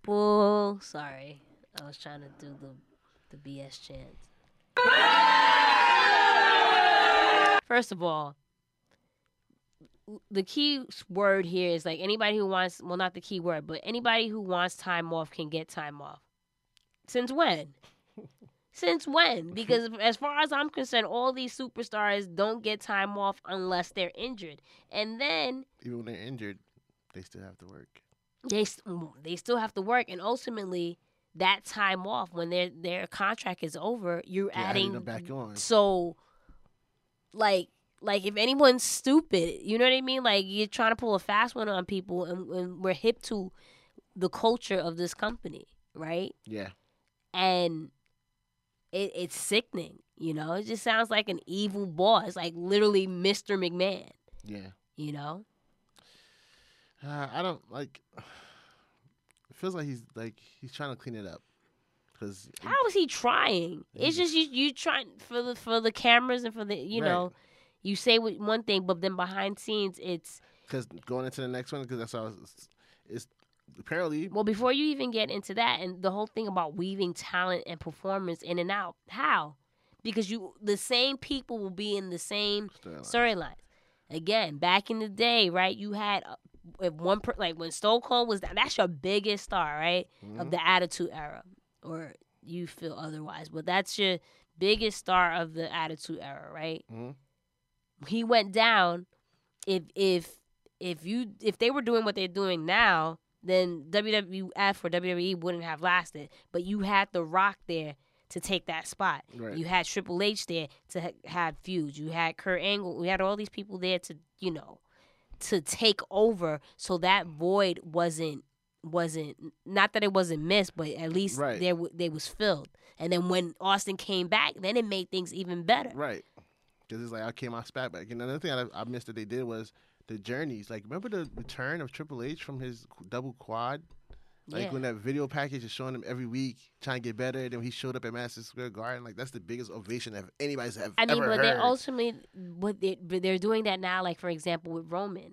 boo. Sorry, I was trying to do the the BS chant. First of all, the key word here is like anybody who wants. Well, not the key word, but anybody who wants time off can get time off. Since when? Since when? Because as far as I'm concerned, all these superstars don't get time off unless they're injured, and then Even when they're injured, they still have to work. they s- mm, they still have to work, and ultimately that time off when their their contract is over, you're You're adding adding them back on. so, like, like if anyone's stupid, you know what I mean. Like you're trying to pull a fast one on people, and, and we're hip to the culture of this company, right? Yeah. And it, it's sickening. You know, it just sounds like an evil boss, like literally Mr. McMahon. Yeah. You know, Uh, I don't like. It feels like he's like he's trying to clean it up, because how is he trying? It's just you, you trying for the for the cameras and for the you Right. know, you say what- one thing, but then behind scenes, it's because going into the next one because that's how it's, it's apparently Well, before you even get into that and the whole thing about weaving talent and performance in and out, how? Because you the same people will be in the same storylines. Again, back in the day, right? You had uh, if one per, like when Stone Cold was that's your biggest star, right? Mm-hmm. Of the Attitude Era, or you feel otherwise, but that's your biggest star of the Attitude Era, right? hmm he went down if if if you if they were doing what they're doing now then WWF or WWE wouldn't have lasted but you had The Rock there to take that spot Right. you had Triple H there to ha- have feuds you had Kurt Angle we had all these people there to you know to take over so that void wasn't wasn't not that it wasn't missed but at least Right. there w- they was filled and then when Austin came back then it made things even better Right. Because it's like, I came my spot back. And another thing I, I missed that they did was the journeys. Like, remember the return of Triple H from his qu- double quad? Like, Yeah. when that video package is showing him every week, trying to get better. And then he showed up at Madison Square Garden. Like, that's the biggest ovation I've anybody's have I mean, ever but heard. they're ultimately what they but they're doing that now. Like for example, with Roman,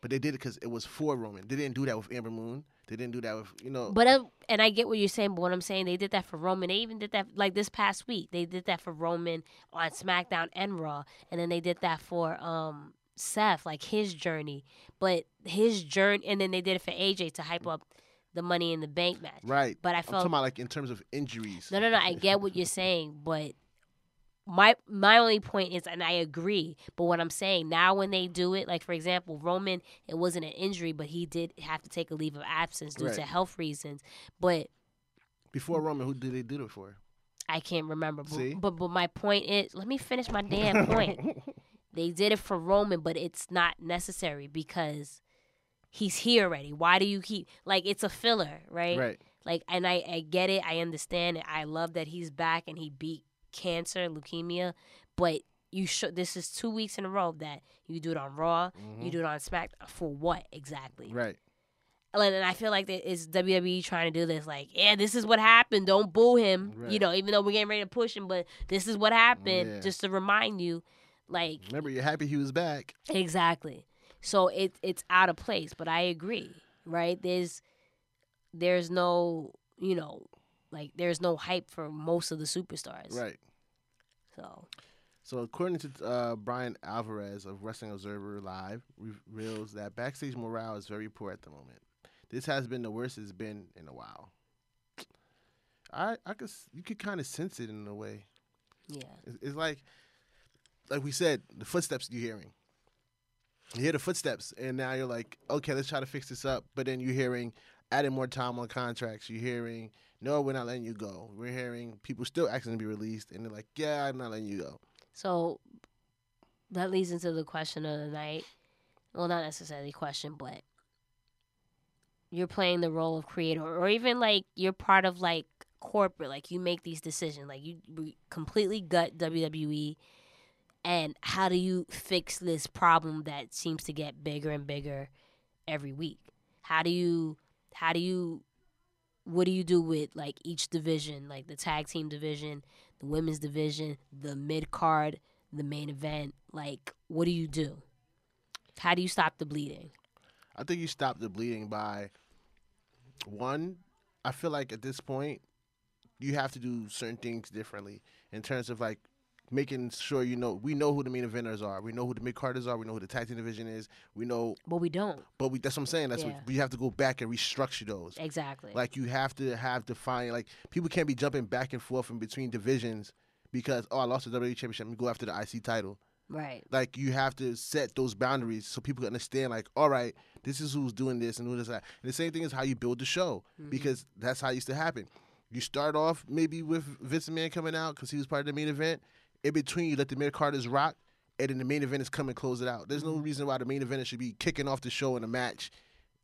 but they did it because it was for Roman. They didn't do that with Amber Moon. They didn't do that with, you know. but uh, and I get what you're saying. But what I'm saying, they did that for Roman. They even did that like this past week. They did that for Roman on SmackDown and Raw, and then they did that for um Seth, like his journey. But his journey, and then they did it for AJ to hype up the Money in the Bank match. right. But I I'm talking felt about, like, in terms of injuries. No, no, no. I get what you're saying, but my my only point is, and I agree. But what I'm saying now, when they do it, like for example, Roman, it wasn't an injury, but he did have to take a leave of absence due to Right. health reasons. But Before Roman, who did they do it for? I can't remember. But, See? but but my point is, let me finish my damn point. they did it for Roman, but it's not necessary because he's here already. Why do you keep like it's a filler, right? Right. Like, and I, I get it. I understand it. I love that he's back and he beat cancer, leukemia. But you should. This is two weeks in a row that you do it on Raw, you do it on Smack. For what exactly? Right. Like, And I feel like that is WWE E trying to do this. Like, yeah, this is what happened. Don't boo him. You Right. know, even though we're getting ready to push him, but this is what happened. Yeah. Just to remind you, like, Remember, you're happy he was back. Exactly. So it it's out of place, but I agree, right? There's there's no, you know, like there's no hype for most of the superstars. Right. So So, according to uh, Brian Alvarez of Wrestling Observer Live, reveals that backstage morale is very poor at the moment. This has been the worst it's been in a while. I, I could, s- you could kind of sense it in a way. yeah. It's, it's like, like we said, the footsteps you're hearing. You hear the footsteps, and now you're like, okay, let's try to fix this up. But then you're hearing, adding more time on contracts. You're hearing, no, we're not letting you go. We're hearing people still asking to be released, and they're like, yeah, I'm not letting you go. So that leads into the question of the night. Well, not necessarily question, but you're playing the role of creator, or even like you're part of like corporate, like you make these decisions, like you re- completely gut WWE. And how do you fix this problem that seems to get bigger and bigger every week? How do you, how do you, what do you do with like each division, like the tag team division, the women's division, the mid card, the main event? Like, what do you do? How do you stop the bleeding? I think you stop the bleeding by one. I feel like at this point, you have to do certain things differently in terms of like making sure you know we know who the main eventers are, we know who the mid carders are, we know who the tag team division is, we know. But we don't. But we, that's what I'm saying. That's Yeah. what you have to go back and restructure those. Exactly. Like you have to have defined. Like people can't be E jumping back and forth in between divisions because oh I lost the WWE championship and go after the IC title. Right. Like you have to set those boundaries so people can understand. Like, all right, this is who's doing this and who does that. And the same thing is how you build the show because that's how it used to happen. You start off maybe with Vince Man coming out because he was part of the main event. In between, you let the mid carders rock, and then the main event is come and close it out. There's no reason why the main event should be kicking off the show in a match,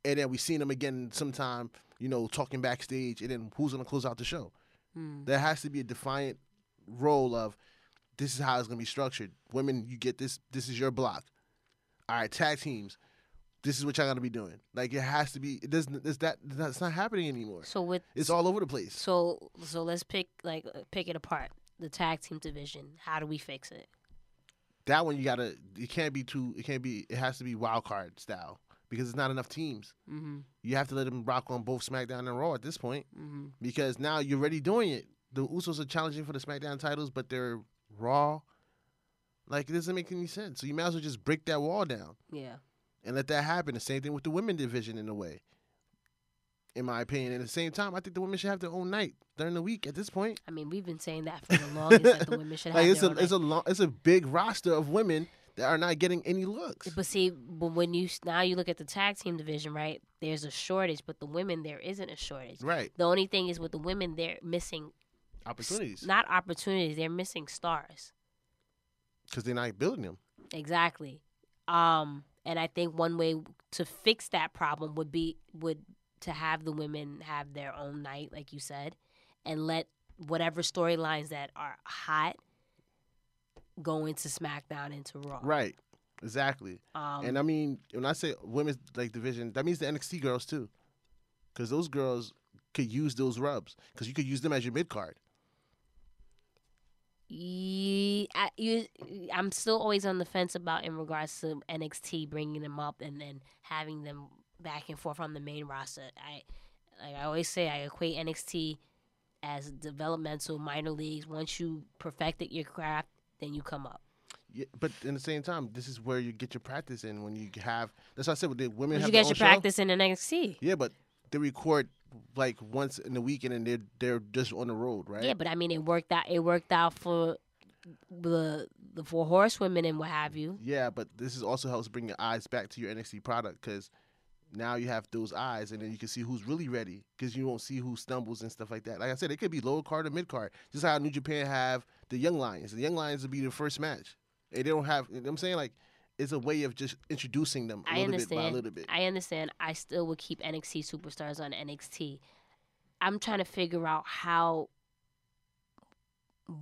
and then we seen them again sometime. You know, talking backstage, and then who's gonna close out the show? There has to be a defiant role of this is how it's gonna be structured. Women, you get this. This is your block. All right, tag teams. This is what y'all gotta be doing. Like it has to be. It doesn't. It's that. That's not happening anymore. So with It's all over the place. so so let's pick like uh, pick it apart. The tag team division. How do we fix it? That one you gotta. It can't be too. It can't be. It has to be wild card style because it's not enough teams. Mm-hmm. You have to let them rock on both SmackDown and Raw at this point Mm-hmm. because now you're already doing it. The Usos are challenging for the SmackDown titles, but they're Raw. Like it doesn't make any sense. So you might as well just break that wall down. Yeah. and let that happen. The same thing with the women division in a way, in my opinion. And at the same time, I think the women should have their own night during the week. At this point, I mean, we've been saying that for the longest that the women should have like it's their a own it's night. a long, it's a big roster of women that are not getting any looks. But see, but when you s- now you look at the tag team division, right? There's a shortage, but the women there isn't a shortage. Right, The only thing is with the women, they're missing s- opportunities not opportunities. They're missing stars. because they're not building them. Exactly. Um, and I think one way to fix that problem would be would to have the women have their own night, like you said, and let whatever storylines that are hot go into SmackDown into Raw. Right, exactly. Oh. Um, and I mean, when I say women's like division, that means the NXT girls too, because those girls could use those rubs because you could use them as your mid card. Ye- I, you, I'm still always on the fence about in regards to NXT bringing them up and then having them back and forth on the main roster. I like I always say I equate NXT as developmental minor leagues. Once you perfected your craft, then you come up. Yeah, but in the same time, this is where you get your practice in when you have. That's why I said with the women. But have you their get own your show. practice in NXT. Yeah, but they record like once in a week and then they're they're just on the road, right? Yeah, but I mean it worked out. It worked out for the the four horsewomen and what have you. Yeah, but this is also helps bring your eyes back to your NXT product because now you have those eyes and then you can see who's really ready because you won't see who stumbles and stuff like that. Like I said, it could be lower card or mid card. Just how New Japan have the Young Lions. The Young Lions will be the first match. And they don't have. You know what I'm saying like it's a way of just introducing them a I little bit by a understand. little bit. I understand. I still would keep NXT superstars on NXT. I'm trying to figure out how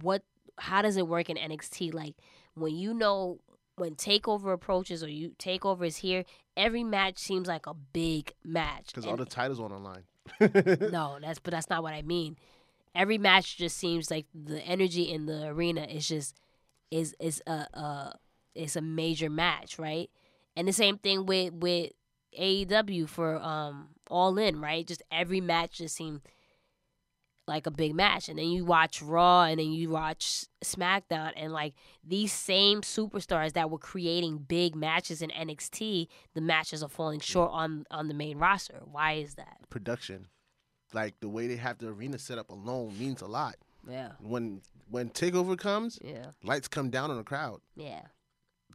what how does it work in NXT? Like when you know when takeover approaches or you takeover is here, every match seems like a big match. Because And- all the titles on the line. no, that's but that's not what I mean. Every match just seems like the energy in the arena is just is is a a it's a major match, right? And the same thing with with AEW for um All In, right? Just every match just seemed like a big match, and then you watch Raw, and then you watch SmackDown, and like these same superstars that were creating big matches in NXT, the matches are falling short on on the main roster. Why is that? Production. Like the way they have the arena set up alone means a lot. Yeah. When when takeover comes, Yeah, lights come down on the crowd. yeah,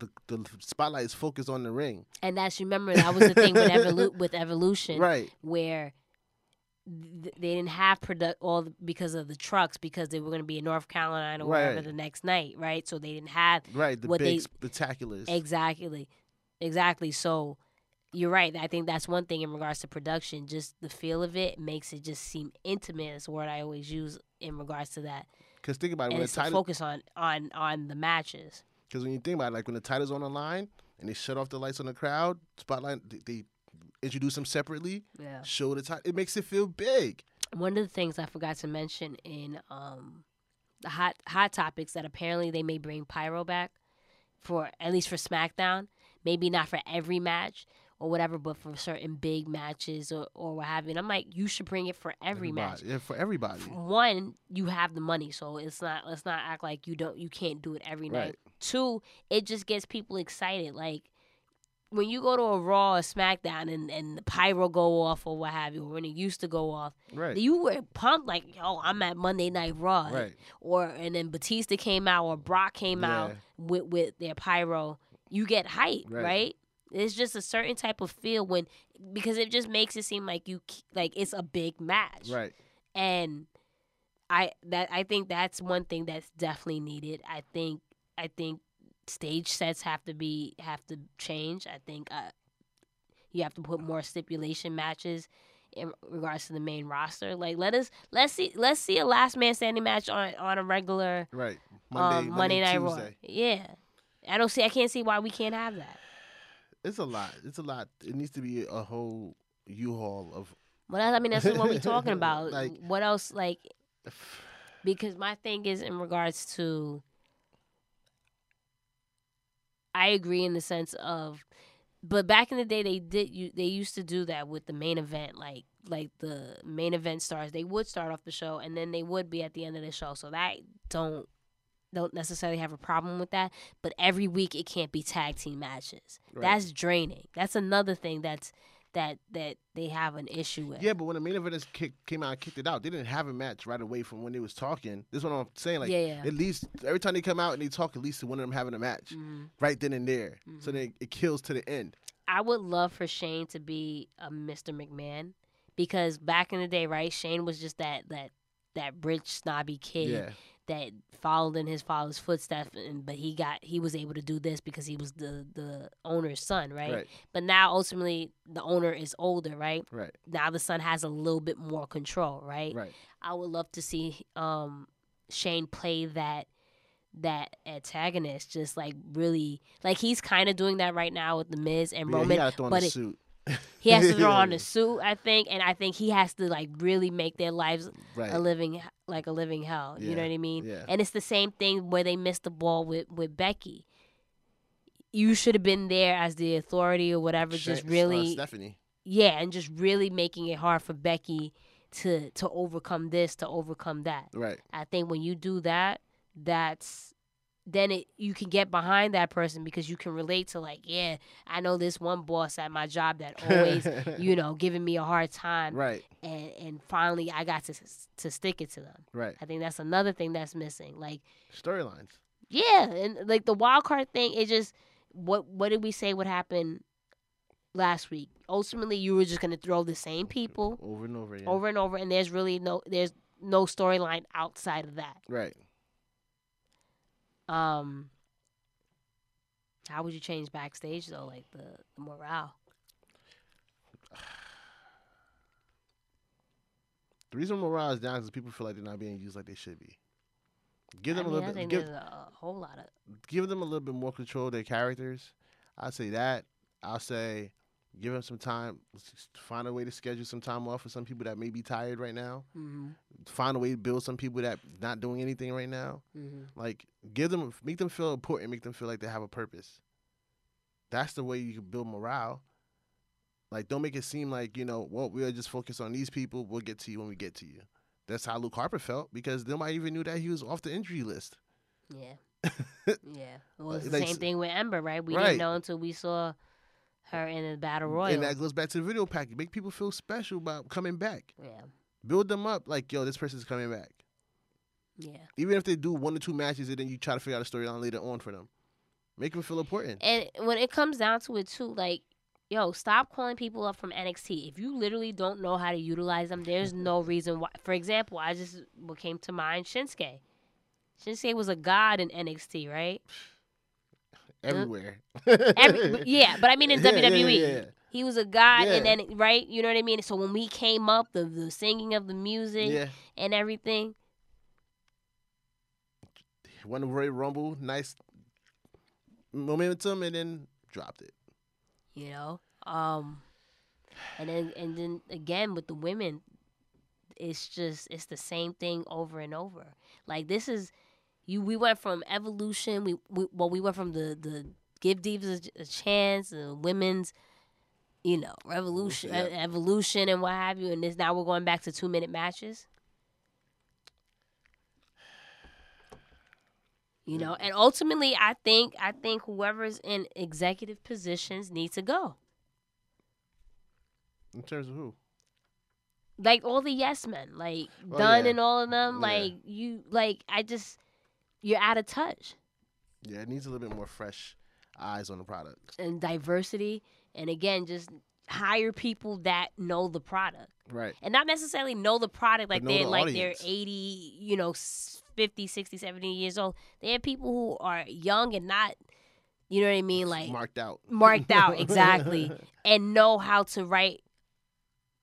The, the spotlight is focused on the ring. and that's remember that was the thing with evolu- with evolution, Right. Where th- they didn't have product all the, because of the trucks because they were going to be in North Carolina or wherever Right. the next night, right? So they didn't have Right. The What big they- spectaculars. exactly, exactly. So you're right. I think that's one thing in regards to production. Just the feel of it makes it just seem intimate. Is a word I always use in regards to that, Because think about it, and when the it's the title, focus on on on the matches. because when you think about it, like when the title's on the line and they shut off the lights on the crowd, spotlight, they, they introduce them separately, Yeah. show the title. It makes it feel big. one of the things I forgot to mention in um, the hot hot topics that apparently they may bring Pyro back for at least for SmackDown, maybe not for every match or whatever, but for certain big matches or, or what have you. And I'm like, you should bring it for every match. Everybody- Yeah, for everybody. One, you have the money, so it's not let's not act like you don't you can't do it every night. Right. Two, it just gets people excited. Like when you go to a Raw or SmackDown and, and the pyro go off or what have you, or when it used to go off, Right. you were pumped like, yo, I'm at Monday Night Raw. Right. Or and then Batista came out or Brock came out Yeah. with, with their pyro. You get hype, Right. right. It's just a certain type of feel when because it just makes it seem like you ke- like it's a big match. Right. And I that I think that's one thing that's definitely needed. I think I think stage sets have to be have to change. I think uh, you have to put more stipulation matches in regards to the main roster. Like let us let's see let's see a last man standing match on on a regular Right. Monday, um, Monday, Night Tuesday. Raw. Yeah, I don't see I can't see why we can't have that. It's a lot. It's a lot. It needs to be a whole U-Haul of. Well, that's- I mean that's what we're talking about. Like- what else? Like because my thing is in regards to I agree in the sense of but back in the day they did you they used to do that with the main event like like the main event stars they would start off the show and then they would be at the end of the show so that don't don't necessarily have a problem with that but every week it can't be tag team matches Right. that's draining that's another thing that's that that they have an issue with Yeah, but when the main eventers kick, came out and kicked it out, they didn't have a match right away from when they was talking. This is what I'm saying. Like, Yeah, yeah. at least every time they come out and they talk, at least one of them having a match Mhm. right then and there. So then it kills to the end. I would love for Shane to be a Mr. McMahon because back in the day, right? Shane was just that that that rich snobby kid Yeah. that followed in his father's footsteps, and but he got he was able to do this because he was the the owner's son, right? Right. But now ultimately the owner is older, right? Right. Now the son has a little bit more control, right? Right. I would love to see um, Shane play that that antagonist, just like really like he's kind of doing that right now with the Miz and Yeah, Roman, he gotta throw on but a it- suit. he has to throw on Yeah. a suit, I think, and I think he has to like really make their lives Right. a living like a living hell. You Yeah, know what I mean? yeah. And it's the same thing where they missed the ball with with Becky. You should have been there as the authority or whatever, Shan- just uh, really Stephanie. yeah, and just really making it hard for Becky to to overcome this, to overcome that. Right. I think when you do that, that's then it you can get behind that person because you can relate to like, yeah, I know this one boss at my job that always, you know, giving me a hard time, Right. and and finally I got to s- to stick it to them. Right. I think that's another thing that's missing. Like, Storylines. yeah, and like the wild card thing, it just what what did we say would happen last week? Ultimately, you were just gonna throw the same people Over and over again. over and over, and there's really no there's no storyline outside of that. Right. Um, how would you change backstage though? Like the, the morale. The reason morale is down is people feel like they're not being used like they should be. Give I them mean, I a little bit. think Give, there's a, a whole lot of give them a little bit more control of their characters. I'll say that. I'll say give them some time. s- s- Find a way to schedule some time off for some people that may be tired right now. hmm Find a way to build some people that not doing anything right now. hmm Like give them, make them feel important. Make them feel like they have a purpose. That's the way you can build morale. Like don't make it seem like you know, well, we'll just focus on these people. We'll get to you when we get to you. That's how Luke Harper felt because nobody even knew that he was off the injury list. yeah, yeah. Well, it's the Like, same s- thing with Ember, right? We Right. didn't know until we saw her in the battle royal. And that goes back to the video package. Make people feel special about coming back. yeah, Build them up like, yo, this person's coming back. yeah. Even if they do one or two matches and then you try to figure out a storyline later on for them. Make them feel important. And when it comes down to it, too, like, yo, stop calling people up from NXT. If you literally don't know how to utilize them, there's no reason why. For example, I just what came to mind Shinsuke. Shinsuke was a god in NXT, right? Everywhere. uh, Every, but- yeah, but I mean in Yeah, yeah, yeah, WWE, yeah. he was a god, and Yeah. then right, you know what I mean. So when we came up, the the singing of the music yeah. and everything, Won the Royal Rumble. Nice momentum and then dropped it. you know um and then and then again with the women it's just it's the same thing over and over like this is you we went from evolution we, we well we went from the the give divas a, a chance and women's you know revolution Yeah. e- evolution and what have you and this now we're going back to two minute matches You know, and ultimately, I think I think whoever's in executive positions needs to go. In terms of who? like all the yes men, like Oh, Dunn yeah. and all of them. Yeah. Like you, like I just, you're out of touch Yeah, it needs a little bit more fresh eyes on the product. and diversity, and again, just hire people that know the product Right. and not necessarily know the product like know they're the like audience. they're 80 you know s- 50 60 70 years old they are people who are young and not you know what i mean like marked out. marked out exactly and know how to write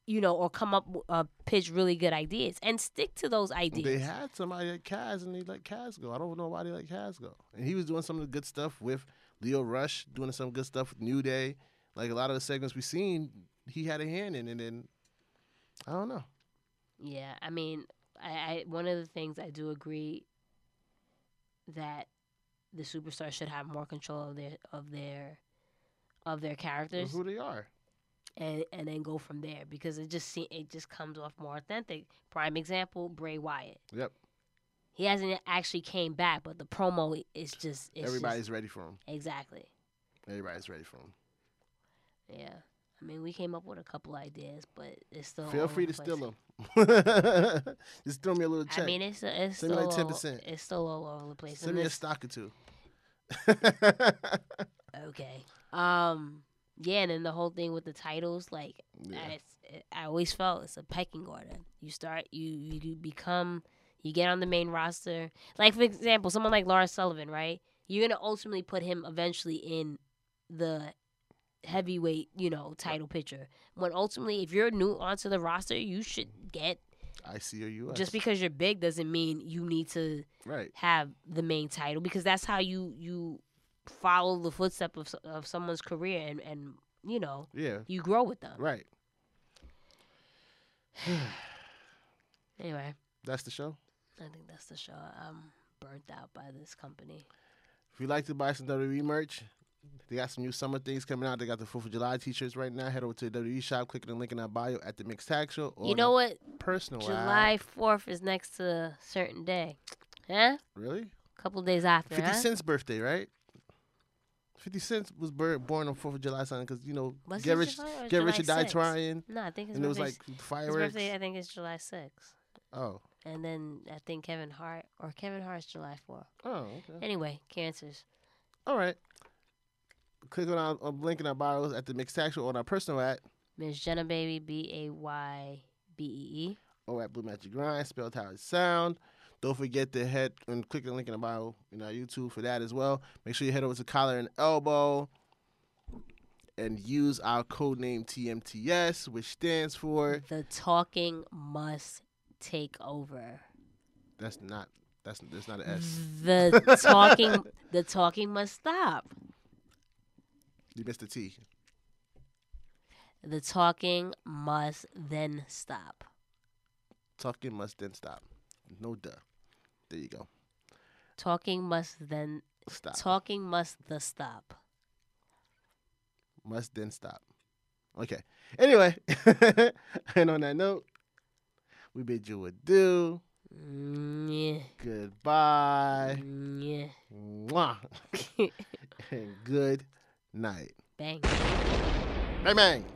you know or come up w- uh, pitch really good ideas and stick to those ideas They had somebody at Kaz and they let Kaz go. I don't know why they let Kaz go. And he was doing some of the good stuff with Leo Rush, doing some good stuff with New Day. Like a lot of the segments we seen, he had a hand in, and then I don't know. Yeah, I mean, I, I one of the things I do agree that the superstars should have more control of their of their of their of characters who they are. Mm-hmm. and and then go from there because it just se- it just comes off more authentic. Prime example, Bray Wyatt. Yep. He hasn't actually came back, but the promo is just it's Everybody's ready for him. just, exactly. Everybody's ready for him. Yeah. I mean, we came up with a couple ideas, but it's still all Feel free over to the steal place. them. Just throw me a little check. I mean, it's it's Send me still like all, 10%. it's still all over the place. Send and me a this- stock or two. Okay. Um. Yeah, and then the whole thing with the titles, like yeah. I, I always felt it's a pecking order. You start, you you do become, you get on the main roster. Like for example, someone like Lawrence Sullivan, right? You're gonna ultimately put him eventually in the heavyweight, you know, title picture. When ultimately, if you're new onto the roster, you should get. I see or US. Just because you're big doesn't mean you need to Right. have the main title because that's how you you follow the footstep of s- of someone's career and and you know Yeah. you grow with them. Right. Anyway, That's the show. I think that's the show. I'm burnt out by this company. If you'd like to buy some WWE merch, they got some new summer things coming out. They got the 4th of July t shirts right now. Head over to the WWE shop, click on the link in our bio at the Mixed Tag Show. Or you know the what? Personal. ad. July fourth is next to a certain day. Huh? Really? Couple days after. 50 huh? Cent's birthday, right? 50 Cent was bur- born on 4th of July, something, because, you know, Was Get it Rich, July or Get July Rich or Die 6th? Trying. No, I think his And it was birthday. like is- his fireworks. birthday, I think it's July sixth, Oh. and then I think Kevin Hart or Kevin Hart's July fourth. Oh, okay. Anyway, cancers. All right. Click on our on the link in our bios at the Mixed Tag Show on our personal at Miss Jenna Baby B A Y B E E. or oh, at Blue Magic Grind, spelled how it sound. Don't forget to head and click the link in the bio in our YouTube for that as well. Make sure you head over to Collar and Elbow and use our code name TMTS, which stands for The talking must take over. that's not that's there's not an S. The talking the talking must stop. You missed the T. The talking must then stop. Talking must then stop. No duh. There you go. Talking must then Stop. talking must the stop. must then stop. Okay. Anyway, and on that note, we bid you adieu. Mm, yeah. Goodbye. Mm, Mwah. yeah. and good night. Bang. Bang bang.